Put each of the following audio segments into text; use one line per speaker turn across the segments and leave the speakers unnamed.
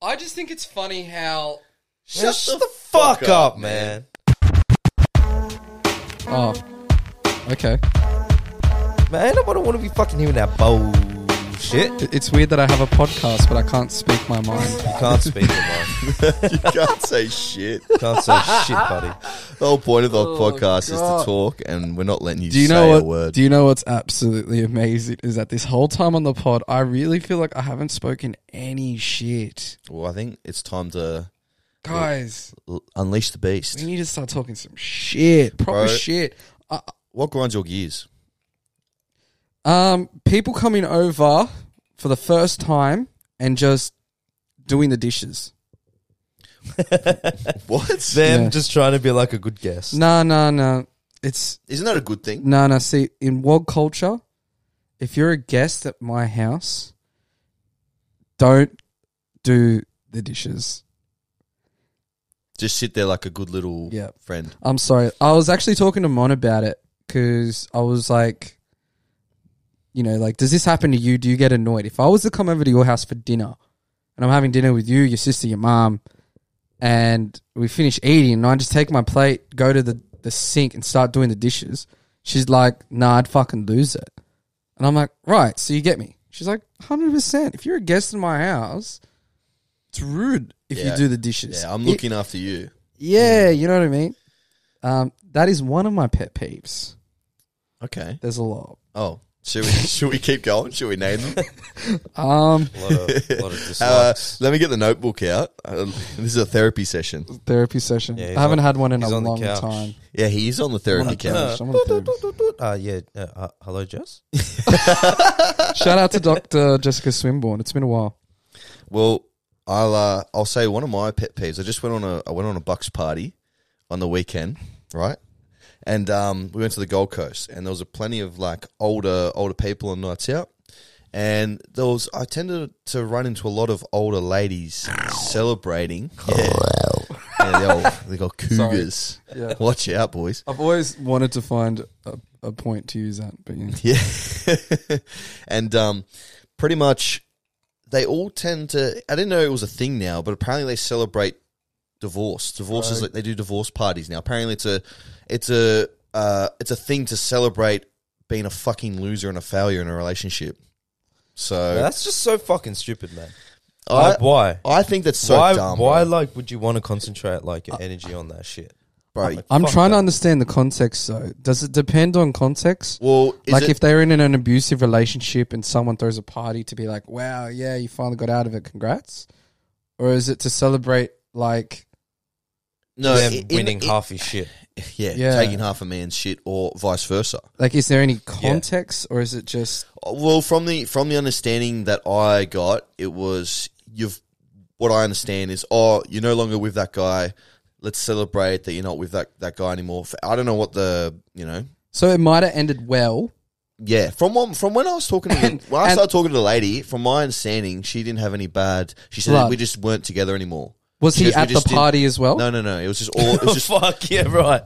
I just think it's funny how.
Shut, the, fuck, up, man.
Oh. Okay.
Man, I don't want to be fucking hearing that bullshit.
It's weird that I have a podcast, but I can't speak my mind.
You can't speak your mind.
You can't say shit.
You can't say shit, buddy.
The whole point of the
Oh,
podcast is
God.
to talk, and we're not letting you
Do you
say
know
a
what?
word.
Do you know what's absolutely amazing is that this whole time on the pod, I really feel like I haven't spoken any shit,
well, I think it's time to
guys.
l- unleash the
We
beast.
need to start talking some shit, proper
Bro.
shit. Uh,
What grinds your gears?
um, people coming over for the first time and just doing the dishes.
What?
Them
Yeah.
just trying to be like a good guest.
No, no, no. It's
Isn't that a good thing?
No, no. See, in WOG culture, if you're a guest at my house, don't do the dishes.
Just sit there like a good little
Yeah.
friend.
I'm sorry. I was actually talking to Mon about it because I was like, you know, like, does this happen to you? Do you get annoyed? If I was to come over to your house for dinner and I'm having dinner with you, your sister, your mom, and we finish eating and I just take my plate, go to the, the sink and start doing the dishes, she's like, nah, I'd fucking lose it. And I'm like, right, so you get me. She's like, 100%. If you're a guest in my house, it's rude if
Yeah.
you do the dishes.
Yeah, I'm
It-
looking after you.
yeah, you know what I mean. Um, that is one of my pet peeves.
Okay.
There's a lot.
Oh, should we should we keep going? Should we name them?
Um,
A lot of, a lot of
Uh,
dislikes.
let me get the notebook out. Uh, this is a therapy session.
therapy session.
Yeah, he's
I haven't
on-
had one in a
he's on the
long
couch.
time.
Yeah, he is on the
I'm
therapy
on the
couch.
couch. I'm on the
Uh, yeah. Uh, uh, hello, Jess.
therapy. Shout out to Doctor Jessica Swinburne. It's been a while.
Well, I'll uh, I'll say one of my pet peeves. I just went on a I went on a Bucks party on the weekend, right? And um, we went to the Gold Coast, and there was a plenty of like older older people on nights out, and there was I tended to run into a lot of older ladies celebrating. Yeah, yeah they, all, they got cougars.
Yeah.
Watch out, boys.
I've always wanted to find a, a point to use that, but yeah.
Yeah. and um, pretty much they all tend to I didn't know it was a thing now, but apparently they celebrate divorce. Divorce is
Right.
like they do divorce parties now. Apparently it's a it's a uh, it's a thing to celebrate being a fucking loser and a failure in a relationship.
Yeah,
So
that's just so fucking stupid, man.
I
Like, why?
I think that's so
why?
dumb.
why?
bro.
Like, would you want to concentrate like your energy on that shit?
Bro,
I'm
Fuck
trying to
that.
understand the context though. Does it depend on context?
Well, is
like
it,
if they're in an abusive relationship and someone throws a party to be like, "Wow, yeah, you finally got out of it. Congrats," or is it to celebrate like
no,
Them
in-
winning
in-
half his shit.
yeah,
Yeah.
taking half a man's shit or vice versa.
Like, is there any context, or is it just
Well, from the from the understanding that I got, it was you've what I understand is oh, you're no longer with that guy. Let's celebrate that you're not with that, that guy anymore. F- I don't know what the you know.
so? It might have ended well.
Yeah, from one, from when I was talking to the,
And-
when I
and-
started talking to the lady, from my understanding, she didn't have any bad. She said
Blood.
we just weren't together anymore.
Was
She
he
goes, "We
at the
just didn't-"
party as well?
No, no, no. It was just all. It was just
Fuck yeah, right.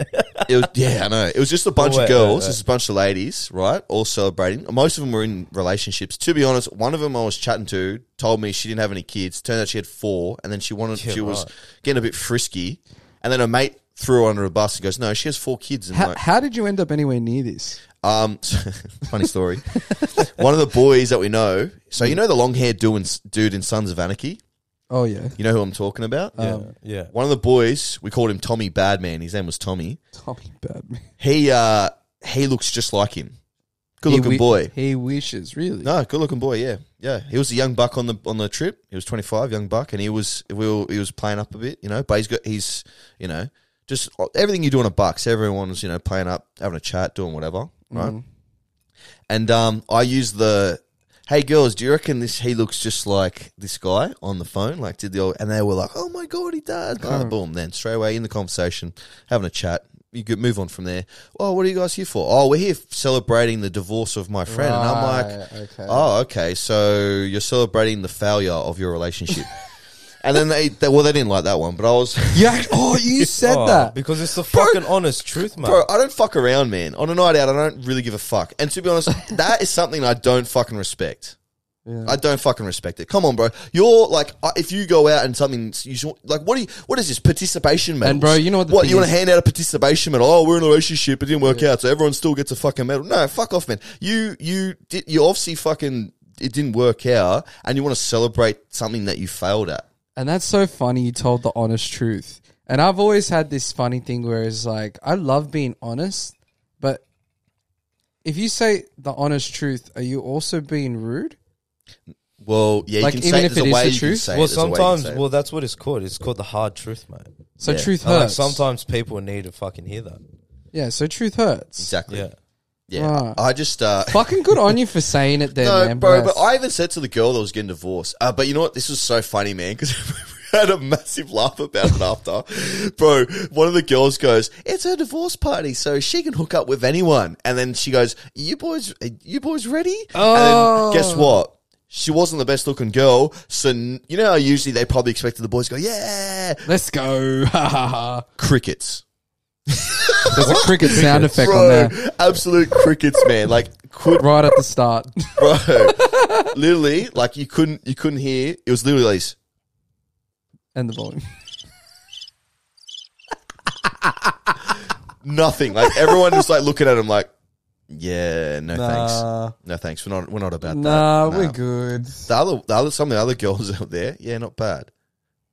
It was, yeah, I know. It was just a bunch
Wait,
of
wait,
girls,
wait.
just a bunch of ladies, right? All celebrating. Most of them were in relationships. To be honest, one of them I was chatting to told me she didn't have any kids. Turned out she had four, and then she wanted
Yeah,
she was
right.
getting a bit frisky, and then her mate threw her under a bus and goes, "No, she has four kids." And
How,
like,
how did you end up anywhere near this?
um, funny story. one of the boys that we know, so you know the long haired dude in Sons of Anarchy.
Oh yeah,
You know who I'm talking about.
um,
yeah.
One of the boys, we called him Tommy Badman. His name was Tommy.
Tommy Badman,
He uh he looks just like him. Good
He
looking
wi-
boy.
He wishes really.
No, good looking boy. Yeah, yeah. He was a young buck on the on the trip. He was twenty five, young buck, and he was we were, he was playing up a bit, you know. But he's got he's you know just everything you do on a bucks. Everyone's you know playing up, having a chat, doing whatever, right?
Mm-hmm.
And um, I use the hey girls, do you reckon this he looks just like this guy on the phone? Like did the old, and they were like, oh my god, he does. Blah, boom, then straight away in the conversation, having a chat. You could move on from there. Oh, what are you guys here for? Oh, we're here celebrating the divorce of my friend. And I'm like,
Right, Ah, okay.
Oh, okay. So you're celebrating the failure of your relationship. and then they, they, well, they didn't like that one, but I was,
You act- oh, you said
Oh,
that.
because it's the fucking honest truth, man.
bro, I don't fuck around, man. On a night out, I don't really give a fuck. And to be honest, that is something I don't fucking respect.
Yeah.
I don't fucking respect it. Come on, bro. You're like, I- if you go out and something, you should, like, what do you? What is this participation medal?
And bro, you know what the
What
thing
you want to
is-
hand out a participation medal? Oh, we're in a relationship. It didn't work out, so everyone still gets a fucking medal. No, fuck off, man. You you did you obviously fucking it didn't work out, and you want to celebrate something that you failed at.
And that's so funny you told the honest truth. And I've always had this funny thing where it's like, I love being honest, but if you say the honest truth, are you also being rude?
Well, yeah,
Like,
you can
even
say
if
it, there's
it
a
is
way
the
you can
truth,
say it,
Well,
there's a way you can
sometimes,
say it.
well, that's what it's called. It's called the hard truth, mate.
So
Yeah.
truth
And, like,
hurts.
sometimes people need to fucking hear that.
yeah, so truth hurts.
exactly.
Yeah.
Yeah, I I just uh,
Fucking good on you for saying it there,
No,
man.
bro,
bless.
but I even said to the girl that was getting divorced. Uh, but you know what? This was so funny, man, because we had a massive laugh about it after. Bro, one of the girls goes, "It's her divorce party, so she can hook up with anyone." And then she goes, "You boys, you boys ready?"
Oh.
And then guess what? She wasn't the best looking girl, so n- you know how usually they probably expected the boys to go, "Yeah,
Let's go. Ha, ha, ha.
crickets."
There's a cricket sound effect on
Bro,
there
absolute crickets, man. Like, could
right at the start.
bro. literally, like you couldn't you couldn't hear. It was literally like this.
and the volume.
nothing. Like everyone was like looking at him like, yeah, no
Nah.
thanks, no thanks. We're not we're not about
Nah,
that.
we're good.
The other, the other, some of the other girls out there, yeah, not bad,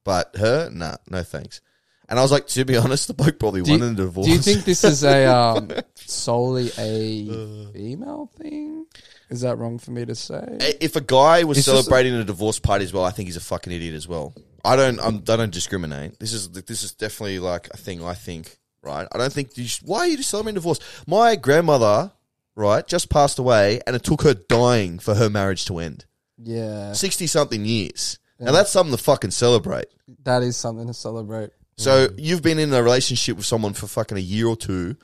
but her, nah, no thanks. And I was like, to be honest, the bloke probably
Do
won
you,
in the divorce.
do you think this is a um, solely a
Uh.
female thing? Is that wrong for me to say?
if a guy was
It's just-
celebrating a divorce party as well, I think he's a fucking idiot as well. I don't, I'm, I don't discriminate. This is this is definitely like a thing. I think right. I don't think you should, why are you celebrating divorce? My grandmother, right, just passed away, and it took her dying for her marriage to end.
Yeah,
60 something years. Now that's something to fucking celebrate.
that is something to celebrate.
So you've been in a relationship with someone for fucking a year or two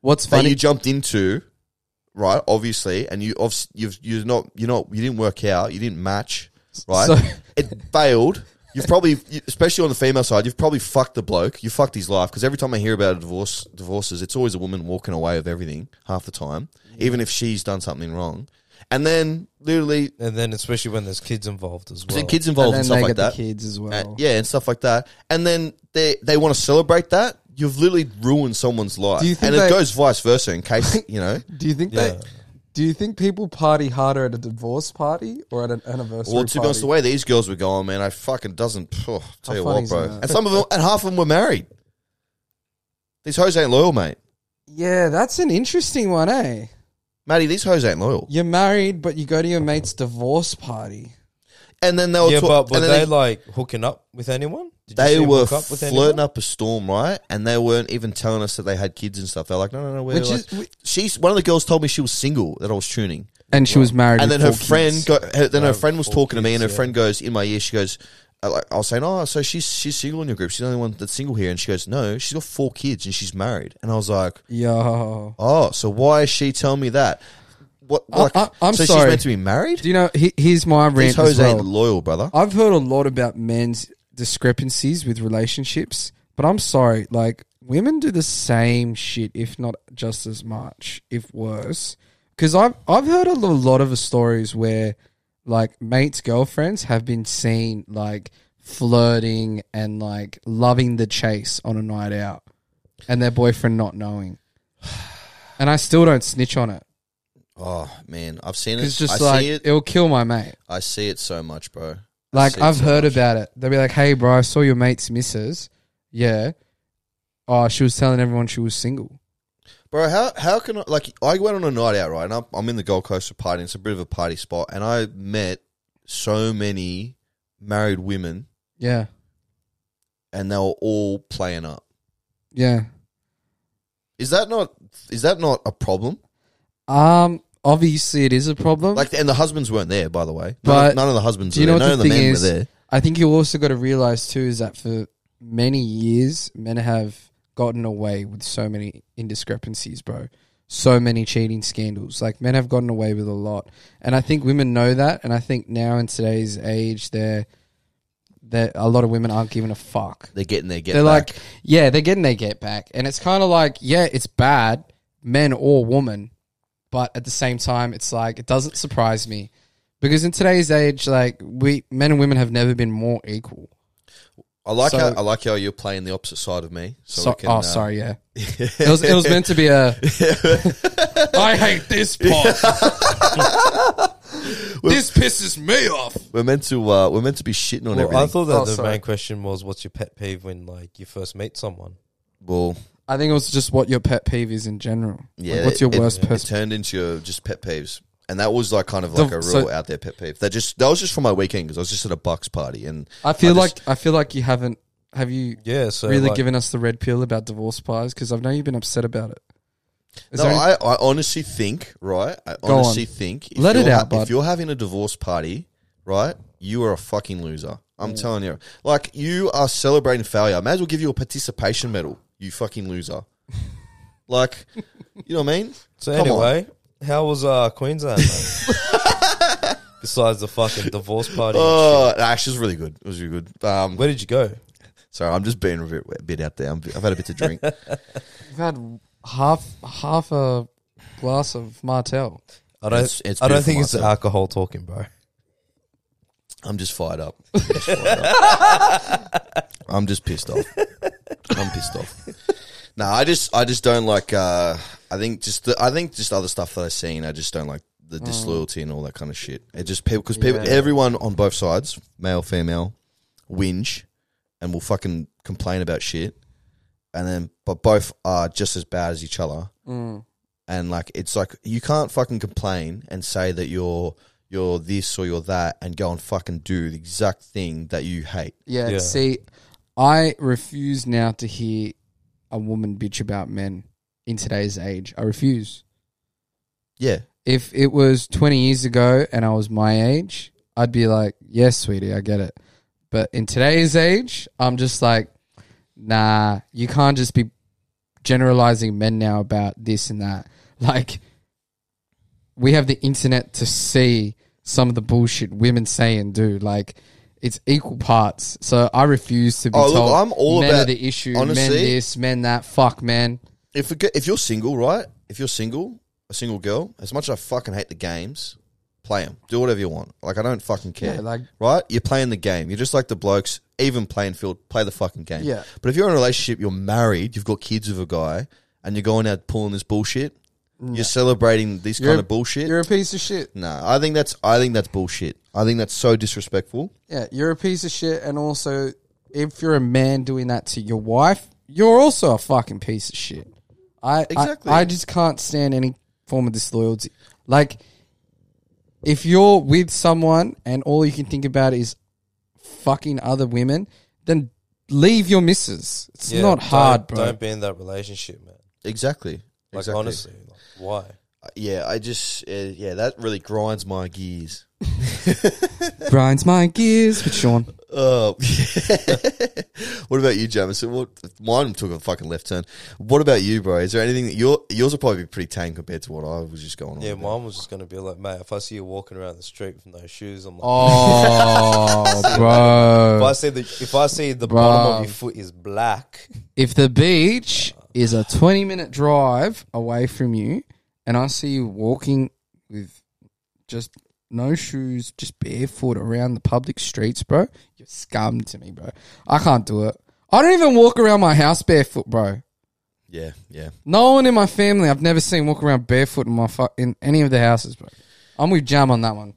What's
that
funny?
you jumped into, right? Obviously, and you obvi- you've you're not you're not you didn't work out, you didn't match, right?
So-
it failed. You've probably, you- especially on the female side, you've probably fucked the bloke. You fucked his life because every time I hear about a divorce, divorces, it's always a woman walking away with everything half the time, even if she's done something wrong. And then literally,
And then, especially when there's kids involved as well.
the kids
and
involved
then
and,
they
stuff like
get
that.
the kids as well.
Uh, yeah, and stuff like that. And then they they want to celebrate that. You've literally ruined someone's life,
Do you think
and
they-
it goes vice versa. In case you know,
Do you think
Yeah.
that? Do you think people party harder at a divorce party or at an anniversary?
well, to be
party?
honest, the way these girls were going, man, I fucking doesn't phew, tell
How funny
you what,
is
bro.
that?
And some of them, and half of them were married. These hoes ain't loyal, mate.
yeah, that's an interesting one, eh?
Matty, these hoes ain't loyal.
You're married, but you go to your mate's divorce party.
And then they were,
yeah,
talk-
but were
and then
they, like hooking up with anyone? Did you
they,
see
they
them
were
hook up with anyone?
flirting up a storm, right? And they weren't even telling us that they had kids and stuff. They're like, no, no, no, we're
Which
like,
is- we-
she's one of the girls told me she was single that I was tuning.
And she was married,
and
with
then her
four
friend
kids.
got, her, then her
No,
friend was
four
talking to me, and her
kids, yeah.
friend goes in my ear. She goes, uh, like, I was saying, oh, so she's she's single in your group. She's the only one that's single here. And she goes, no, she's got four kids and she's married. And I was like,
yo.
oh, so why is she telling me that? What?
I-
Like,
I- I'm
so she's
sorry.
meant to be married?
Do you know? He, here's my
These
rant
hoes
as well.
ain't loyal, brother.
I've heard a lot about men's discrepancies with relationships, but I'm sorry, like women do the same shit, if not just as much, if worse. Because I've I've heard a lo- lot of stories where like mates' girlfriends have been seen like flirting and like loving the chase on a night out, and their boyfriend not knowing. And I still don't snitch on it.
Oh man, I've seen it.
It's just
I
like
see it.
it'll kill my mate.
I see it so much, bro.
Like
see
I've
so
heard
much.
about it. They'll be like, "Hey, bro, I saw your mate's missus. Yeah, oh, she was telling everyone she was single.
Bro, how how can I like I went on a night out right, and I'm, I'm in the Gold Coast for partying. It's a bit of a party spot, and I met so many married women,
Yeah,
and they were all playing up.
yeah.
Is that not is that not a problem?
Um, obviously it is a problem.
Like, and the husbands weren't there, by the way. None,
But-
none of the husbands.
do you
were
know
there.
what
None
the
of the
thing
men
is?
were there.
I think you also got to realize too is that for many years, men have gotten away with so many indiscrepancies, bro. So many cheating scandals. Like men have gotten away with a lot, and I think women know that. And I think now in today's age, they're that a lot of women aren't giving a fuck.
They're getting their get.
they're
back.
like, yeah, they're getting their get back, and it's kind of like, yeah, it's bad, men or woman, but at the same time, it's like it doesn't surprise me Because in today's age, like we men and women have never been more equal.
I like
So-
how I like how you're playing the opposite side of me. So,
So,
we can,
oh,
uh,
sorry, yeah. It was it was meant to be a. I hate this part. this pisses me off.
We're meant to uh, we're meant to be shitting on
Well,
everything.
I thought that
Oh,
the
sorry.
main question was, what's your pet peeve when like you first meet someone?
well,
I think it was just what your pet peeve is in general.
yeah.
Like, what's your
it-
worst
It, it
pet?
turned into your just pet peeves, and that was like kind of like
The-
a real
so-
out there pet peeve. That just that was just for my weekend because I was just at a Bucks party, and
I feel
I
like
just-
I feel like you haven't. Have you
Yeah, so
really
like,
given us the red pill about divorce pies? Because I've known you've been upset about it. Is
no,
there any-
I, I honestly think right. I
on.
honestly think if
Let it
you're
out, bud.
if you're having a divorce party, right, you are a fucking loser. I'm
Mm.
telling you, like you are celebrating failure. I may as well give you a participation medal. You fucking loser. like, you know what I mean?
So
Come on.
anyway, how was uh, Queensland? mate? Besides the fucking divorce party, and
Oh, nah, actually, it was really good. It was really good. Um,
shit. where did you go?
Sorry, I'm just being a bit, a bit out there. I'm, I've had a bit to drink.
I've had half half a glass of Martel.
I don't.
It's- it's
I don't
beautiful,
think it's
Marcel.
alcohol talking, bro.
I'm just fired up. I'm just, fired up. I'm just pissed off. I'm pissed off. No, I just, I just don't like. Uh, I think just, the, I think just other stuff that I've seen. I just don't like the disloyalty and all that kind of shit. It just people because people,
Yeah.
everyone on both sides, male, female, whinge, and will fucking complain about shit, and then but both are just as bad as each other.
Mm.
and like it's like you can't fucking complain and say that you're you're this or you're that and go and fucking do the exact thing that you hate.
Yeah,
Yeah.
See, I refuse now to hear a woman bitch about men in today's age. I refuse.
Yeah.
If it was 20 years ago and I was my age, I'd be like, yes, sweetie, I get it. But in today's age, I'm just like, nah, you can't just be generalizing men now about this and that. Like, we have the internet to see some of the bullshit women say and do. Like, it's equal parts. So I refuse to be
Oh, look,
told
I'm all
men
about-
are the issue, men
honestly-
this, men that. Fuck, man.
If we get, if you're single, right? If you're single, a single girl, as much as I fucking hate the games, play them. Do whatever you want. Like I don't fucking care.
Yeah, like-
right? You're playing the game. You're just like the blokes, even playing field, play the fucking game.
Yeah.
But if you're in a relationship, you're married, you've got kids with a guy, and you're going out pulling this bullshit, you're celebrating this
Mm. You're-
kind of bullshit.
You're a piece of shit.
No, I think that's I think that's bullshit. I think that's so disrespectful.
Yeah, you're a piece of shit. And also, if you're a man doing that to your wife, you're also a fucking piece of shit. I
Exactly.
I, I just can't stand any form of disloyalty. Like, if you're with someone and all you can think about is fucking other women, then leave your missus. It's
Yeah,
not
don't-
hard, bro.
Don't be in that relationship, man.
Exactly.
Like
exactly.
honestly, like, why?
yeah. I just uh, yeah, that really grinds my gears.
Grinds my gears with Sean.
Uh, what about you, Jamison? What mine took a fucking left turn. What about you, bro? Is there anything that your yours will probably be pretty tame compared to what I was just going on?
Yeah,
about.
mine was just gonna be like, mate, if I see you walking around the street with no shoes, I'm like,
Oh,
if I
bro.
see the if I see the bottom
Bruh.
of your foot is black,
if the beach is a 20 minute drive away from you and I see you walking with just no shoes, just barefoot around the public streets, bro, you're scum to me, bro. I can't do it. I don't even walk around my house barefoot, bro.
yeah, yeah.
No one in my family I've never seen walk around barefoot in my fu- in any of the houses, bro. I'm with Jam on that one.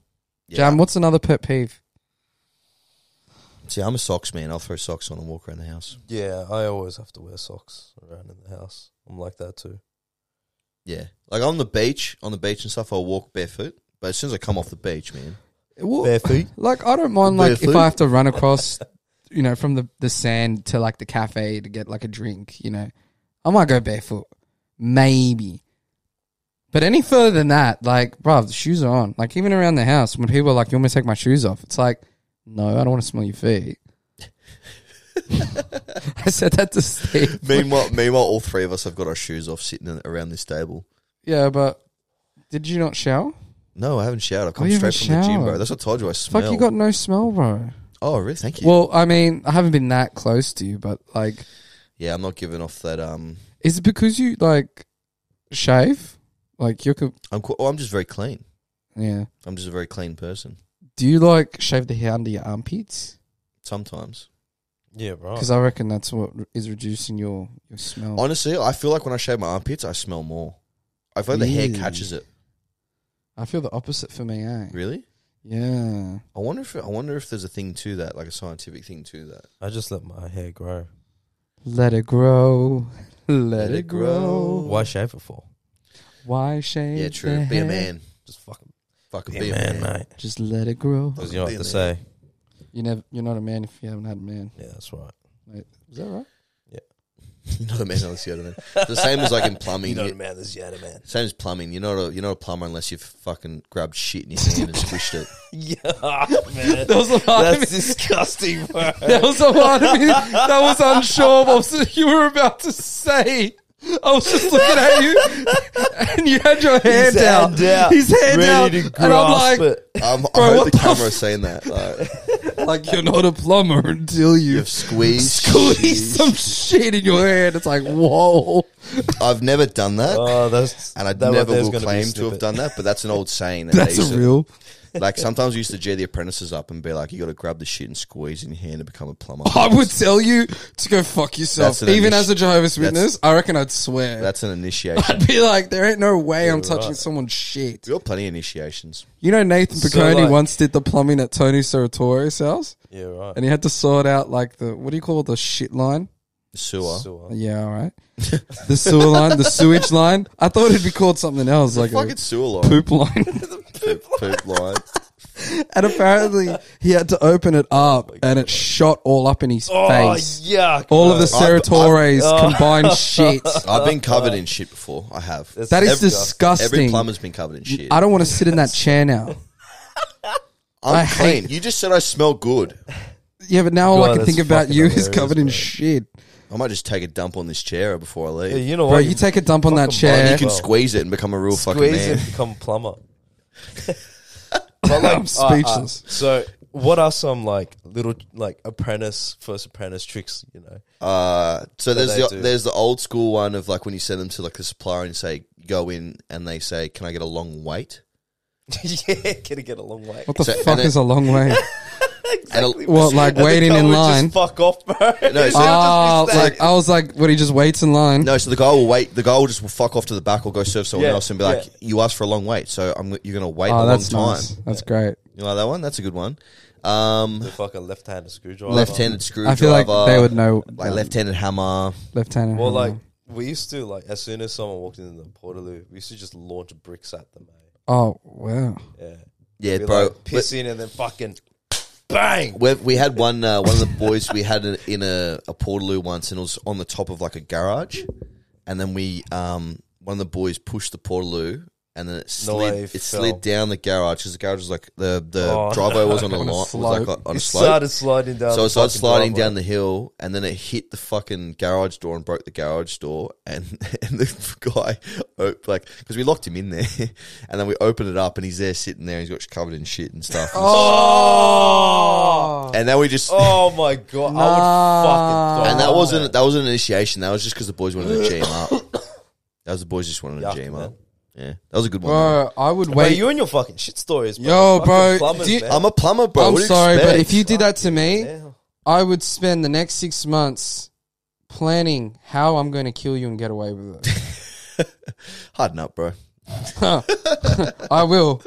Jam, what's another pet peeve?
See, I'm a socks man. I'll throw socks on and walk around the house.
yeah, I always have to wear socks around in the house. I'm like that too.
Yeah, like on the beach, on the beach and stuff, I'll walk barefoot. But as soon as I come off the beach, man,
Well,
Barefoot.
Like I don't mind like if
Barefoot.
I have to run across, you know, from the the sand to like the cafe to get like a drink. You know, I might go barefoot, maybe. But any further than that, like, bruv, the shoes are on. Like even around the house, when people are like, "You want me to take my shoes off?" It's like, no, I don't want to smell your feet. I said that to Steve.
Meanwhile, meanwhile, all three of us have got our shoes off sitting in, around this table.
Yeah, but did you not shower?
No, I haven't showered. I've come
Oh, you
straight
haven't
from the gym, bro.
showered.
That's what I told you. I
Fuck,
smell.
you got no smell, bro.
oh, really? Thank you.
Well, I mean, I haven't been that close to you, but like.
yeah, I'm not giving off that. Um,
Is it because you like shave? Like you're co-
I'm. Qu- oh, I'm just very clean.
Yeah.
I'm just a very clean person.
Do you like shave the hair under your armpits?
Sometimes,
Yeah,
Oh.
bro.
Because I reckon that's what r- is reducing your, your smell.
honestly, I feel like when I shave my armpits, I smell more. I feel like the
Really?
hair catches it.
I feel the opposite for me, eh?
Really?
Yeah.
I wonder if I wonder if there's a thing to that, like a scientific thing to that.
I just let my hair grow.
Let it grow. Let,
it
it grow.
Why shave it for?
Why shave?
yeah,
the
true. Be a
hair?
man.
Just fucking
Fucking
be a man, mate.
Just let it grow.
Because you know what
Be a
to
man.
say.
You never. You're not a man if you haven't had a man.
Yeah, that's right.
Is that right?
Not a man unless you're a man. It's the same as like in plumbing.
You know
you-
the man, this you had a man.
Same as plumbing. You're not a you're not a plumber unless you've fucking grabbed shit in your hand and squished it.
Yeah, man.
That was a lot of
That's
me.
disgusting, bro.
That was a lot of me. That was unsure of what you were about to say. I was just looking at you, and you had your hand out.
hand out,
His hand out,
Ready to
and I'm like,
grasp it.
Um,
Bro,
I
what
hope
the
the camera's saying that. Like,
like you're not a plumber until you
you've squeezed.
squeeze some shit in your hand. It's like, whoa.
I've never done that,
Oh, that's
and I
that right
never
there's
will
gonna be a
claim to have
snippet.
done that. But that's an old saying. that
That's
they used
a
to-
real.
Like sometimes we used to jet the apprentices up and be like, "You got to grab the shit and squeeze in your hand to become a plumber."
Oh,
I would tell you to go fuck yourself.
That's an
Even
initi-
as a Jehovah's
that's-
Witness, I reckon I'd swear.
That's an initiation.
I'd be like, there ain't no way I'm touching
right.
someone's shit.
we got plenty of initiations.
You know, Nathan
So,
Piccone
like-
once did the plumbing at Tony Saratore's house,
Yeah, right.
and he had to sort out like the what do you call it, the shit line?
Sewer.
Sewer.
Yeah, all right. the sewer line, the sewage line. I thought it'd be called something else, like
Fucking
a
sewer line.
poop line.
Poop, poop line.
and apparently, he had to open it up, and it shot all up in his
Oh,
face.
yuck.
All of
bro.
the Saratore's combined shit.
I've been covered in shit before. I have.
That's-
That is
Every-
disgusting.
Every plumber's been covered in shit.
I don't want to sit in that chair now.
I'm
I
clean. You just said I smell good.
Yeah, but now all I
God,
can think
that's
about
fucking
you is
hilarious,
covered in
bro.
shit.
I might just take a dump on this chair before I
Yeah,
leave.
you know
Bro,
what?
you take a dump on that
fucking
chair.
and you
Yeah.
can
Well,
squeeze it and become a real fucking
squeeze
man.
and become a plumber. But,
I'm
like, all right,
speechless.
all right. so, what are some like little like apprentice first apprentice tricks? You know,
Uh, so there's
they
the
do.
there's the old school one of like when you send them to like the supplier and you say go in and they say can I get a long wait?
yeah, gonna get a long way.
What the
So-
fuck
and it-
is a long way?
Exactly.
What, like
And the
waiting in
guy would
line?
Just fuck off, bro.
No, so-
Oh,
They'll just be
like I was like, what? He just waits in line.
no, so the guy will wait. The guy will just fuck off to the back or go serve someone
Yeah,
else and be like, "You asked for a long wait, so I'm you're gonna wait
oh,
a
that's
long time."
nice. That's great.
You like that one? That's a good one. Um,
the fucking left-handed screwdriver.
left-handed screwdriver.
I feel like they would know.
uh, like left-handed hammer.
left-handed.
Well,
hammer.
like we used to like as soon as someone walked into the portaloo, we used to just launch bricks at them. Eh?
oh wow,
Yeah,
Yeah,
Be
bro.
like, piss in and then fucking bang.
we we had one uh, one of the boys we had it in a, a portaloo once, and it was on the top of like a garage, and then we um one of the boys pushed the portaloo, and then it
No
slid
way,
it,
fell.
slid down the garage because the garage was like the the
Oh,
driveway was on a
On a
line was
slope.
like on- on
It
a slope.
started sliding down.
So
the
it started
fucking
sliding
driveway.
down the hill, and then it hit the fucking garage door and broke the garage door. And, and the guy, op- like, because we locked him in there, and then we opened it up, and he's there sitting there, and he's got covered in shit and stuff.
Oh,
And then we just,
oh my god! I would fucking.
Nah.
And
die.
that wasn't that was an initiation. That was just because the boys wanted to jam up. That was the boys just wanted to
Yuck,
jam
man.
up. Yeah, that was a good one.
bro, I would
Wait,
wait.
you and your fucking shit stories, bro.
Yo,
Fucking
bro,
plumbers,
do you-
man.
I'm a plumber, bro.
I'm
What do you
sorry, but
expect?
if you did that to me,
Yeah.
I would spend the next six months planning how I'm going to kill you and get away with it.
harden up, bro,
I will.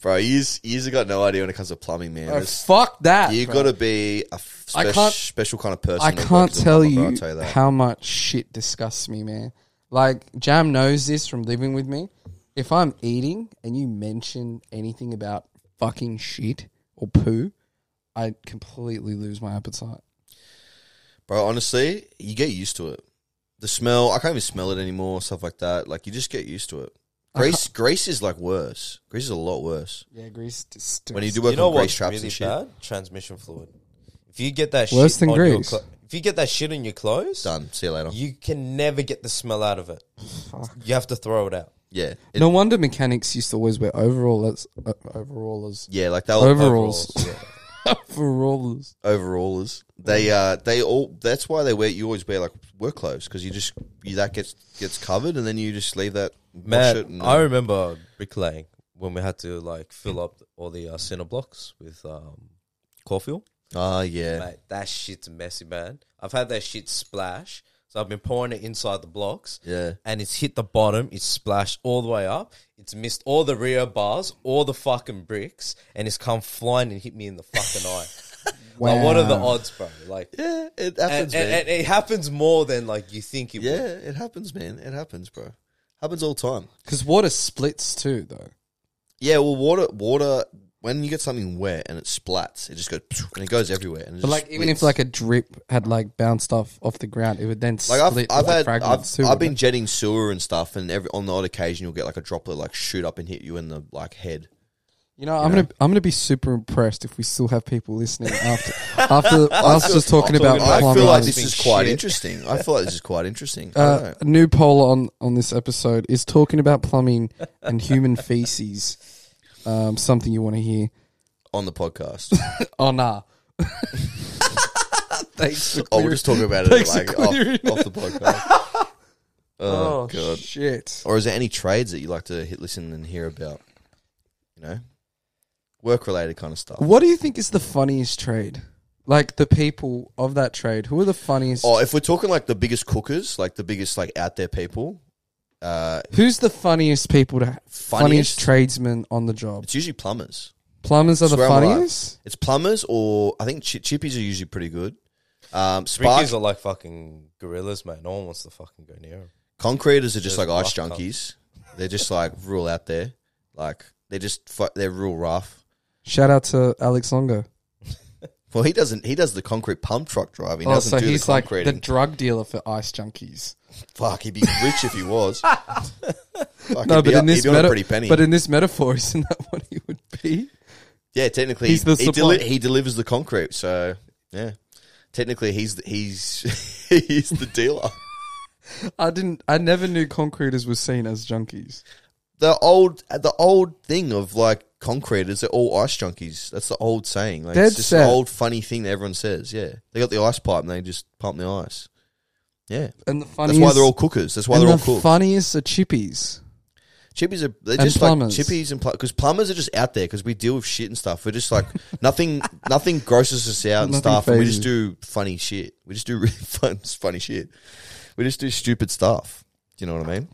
bro, you's you's got no idea when it comes to plumbing, man.
Bro,
It's-
fuck that.
you
bro.
got to be a f-
I
spec-
can't-
special kind of person.
I
that
can't
works as a
tell
plumber, bro,
you,
I'll tell you that.
how much shit disgusts me, man. Like Jam knows this from living with me. If I'm eating and you mention anything about fucking shit or poo, I completely lose my appetite.
bro. Honestly, you get used to it. The smell, I can't even smell it anymore. Stuff like that. Like you just get used to it. Grease, grease is like worse. Grease is a lot worse.
Yeah, grease. Disgusting.
When you do work
you know
on grease
what's
traps
really
and shit,
bad? Transmission fluid. If you get that
Worse
shit
than
on your
grease.
clo- if you get that shit in your clothes,
done. See you later.
you can never get the smell out of it. You have to throw it out.
yeah, It-
no wonder mechanics used to always wear overallers. Uh, overallers.
yeah. Like they'll
Overalls.
Overalls,
Overallers.
overallers. They uh they all that's why they wear you always wear like work clothes because you just you that gets gets covered and then you just leave that wash it
Man,
and
I remember bricklaying when we had to like fill up all the uh, center blocks with um, Caulfield.
Oh, yeah.
Mate, that shit's messy, man. I've had that shit splash. So I've been pouring it inside the blocks.
Yeah.
And it's hit the bottom. It's splashed all the way up. It's missed all the rear bars, all the fucking bricks, and it's come flying and hit me in the fucking eye. Like, what are the
Wow.
odds, bro? Like,
Yeah, it
and,
happens,
and-
man.
and it happens more than like you think it would.
yeah, it happens, man. It happens, bro. Happens all the time.
Because water splits too, though.
Yeah, well, water, water. When you get something wet and it splats, it just goes and it goes everywhere. And it
But
just
like, even if
splits.
like a drip had like bounced off off the ground, it would then
Like I've,
split
I've
like,
had,
fragments
I've,
too.
I've been
wouldn't
jetting sewer and stuff, and every on the odd occasion you'll get like a droplet like shoot up and hit you in the like head.
it? you know, I'm gonna I'm gonna be super impressed if we still have people listening after after us just talking about
I
plumbing.
feel like
is
this is
being
quite
shit.
interesting. I feel like this is quite interesting. I don't
uh,
know.
a new poll on on this episode is talking about plumbing and human feces. Um, something you want to hear?
on the podcast,
Oh nah. Thanks. For
oh,
clearing-
we'll just talk about it
Thanks for
like off,
clearing
off the podcast. oh, god!
shit.
Or is there any trades that you like to hit, listen, and hear about? You know, work related kind of stuff.
What do you think is the funniest trade? Like the people of that trade, who are the funniest?
Oh, if we're talking like the biggest cookers, like the biggest like out there people, uh,
Who's the funniest people to funniest,
Funniest?
tradesman on the job?
it's usually plumbers.
Plumbers are the
Swear I'm alive.
funniest.
It's plumbers or I think chi chippies are usually pretty good. Um, spark
Brickies are like fucking gorillas, man. No one wants to fucking go near them.
concreters are just like
Those
ice
rough
junkies. They're just like real out there. Like they're just fu- they're real rough.
Shout out to Alex Longo.
Well, he doesn't. He does the concrete pump truck drive. He
oh,
doesn't
so
do
he's
the
like
concrete.
the drug dealer for ice junkies.
Fuck, he'd be rich if he was. Fuck,
No,
he'd be
but
up-
in this
he'd be on a
meta-
pretty penny.
but in this metaphor, isn't that what he would be?
yeah, technically,
he's the
he,
supply-
he delivers the concrete. So yeah, technically, he's the, he's he's the dealer.
I didn't. I never knew concreters were seen as junkies.
the old the old thing of like concrete is they're all ice junkies. That's the old saying. Like
Dead
it's just
set.
an old funny thing that everyone says. Yeah, they got the ice pipe and they just pump the ice. Yeah,
And the funniest.
that's why they're all cookers. That's why
and
they're all
the
cooked.
funniest are chippies.
chippies are they're
and
just
plumbers.
like chippies and because plumbers are just out there because we deal with shit and stuff. We're just like nothing nothing grosses us out and
Nothing
stuff. And we
phases.
just do funny shit. We just do really fun funny shit. We just do stupid stuff. Do you know what I mean?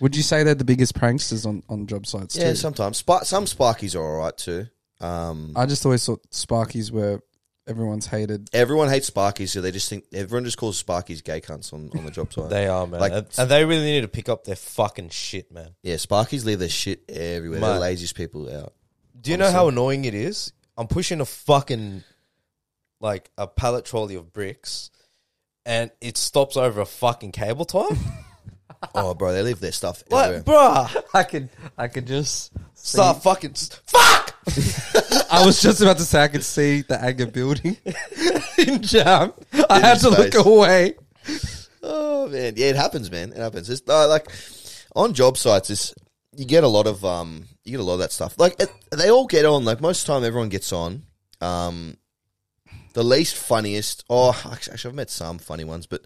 Would you say they're the biggest pranksters on, on job sites?
Yeah,
too?
sometimes Spark, some Sparkies are all right too. Um,
I just always thought Sparkies were everyone's hated.
Everyone hates Sparkies, so they just think everyone just calls Sparkies gay cunts on, on the job site.
They are, man.
Like-
and, and they really need to pick up their fucking shit, man.
yeah, Sparkies leave their shit everywhere. They're
Mate.
the laziest people out.
Do you know how annoying it is? I'm pushing a fucking like a pallet trolley of bricks, and it stops over a fucking cable tie.
Oh, bro, they leave their stuff everywhere.
like, bruh,
I could, I could just.
start fucking fuck.
I was just about to say I could see the anger building in Jam. I had
his
to
face.
look away.
Oh man, yeah, it happens, man. It happens. It's uh, like on job sites, it's, you get a lot of um, you get a lot of that stuff. Like it, they all get on. Like most of the time, everyone gets on. Um, the least funniest. Oh, actually, actually, I've met some funny ones, but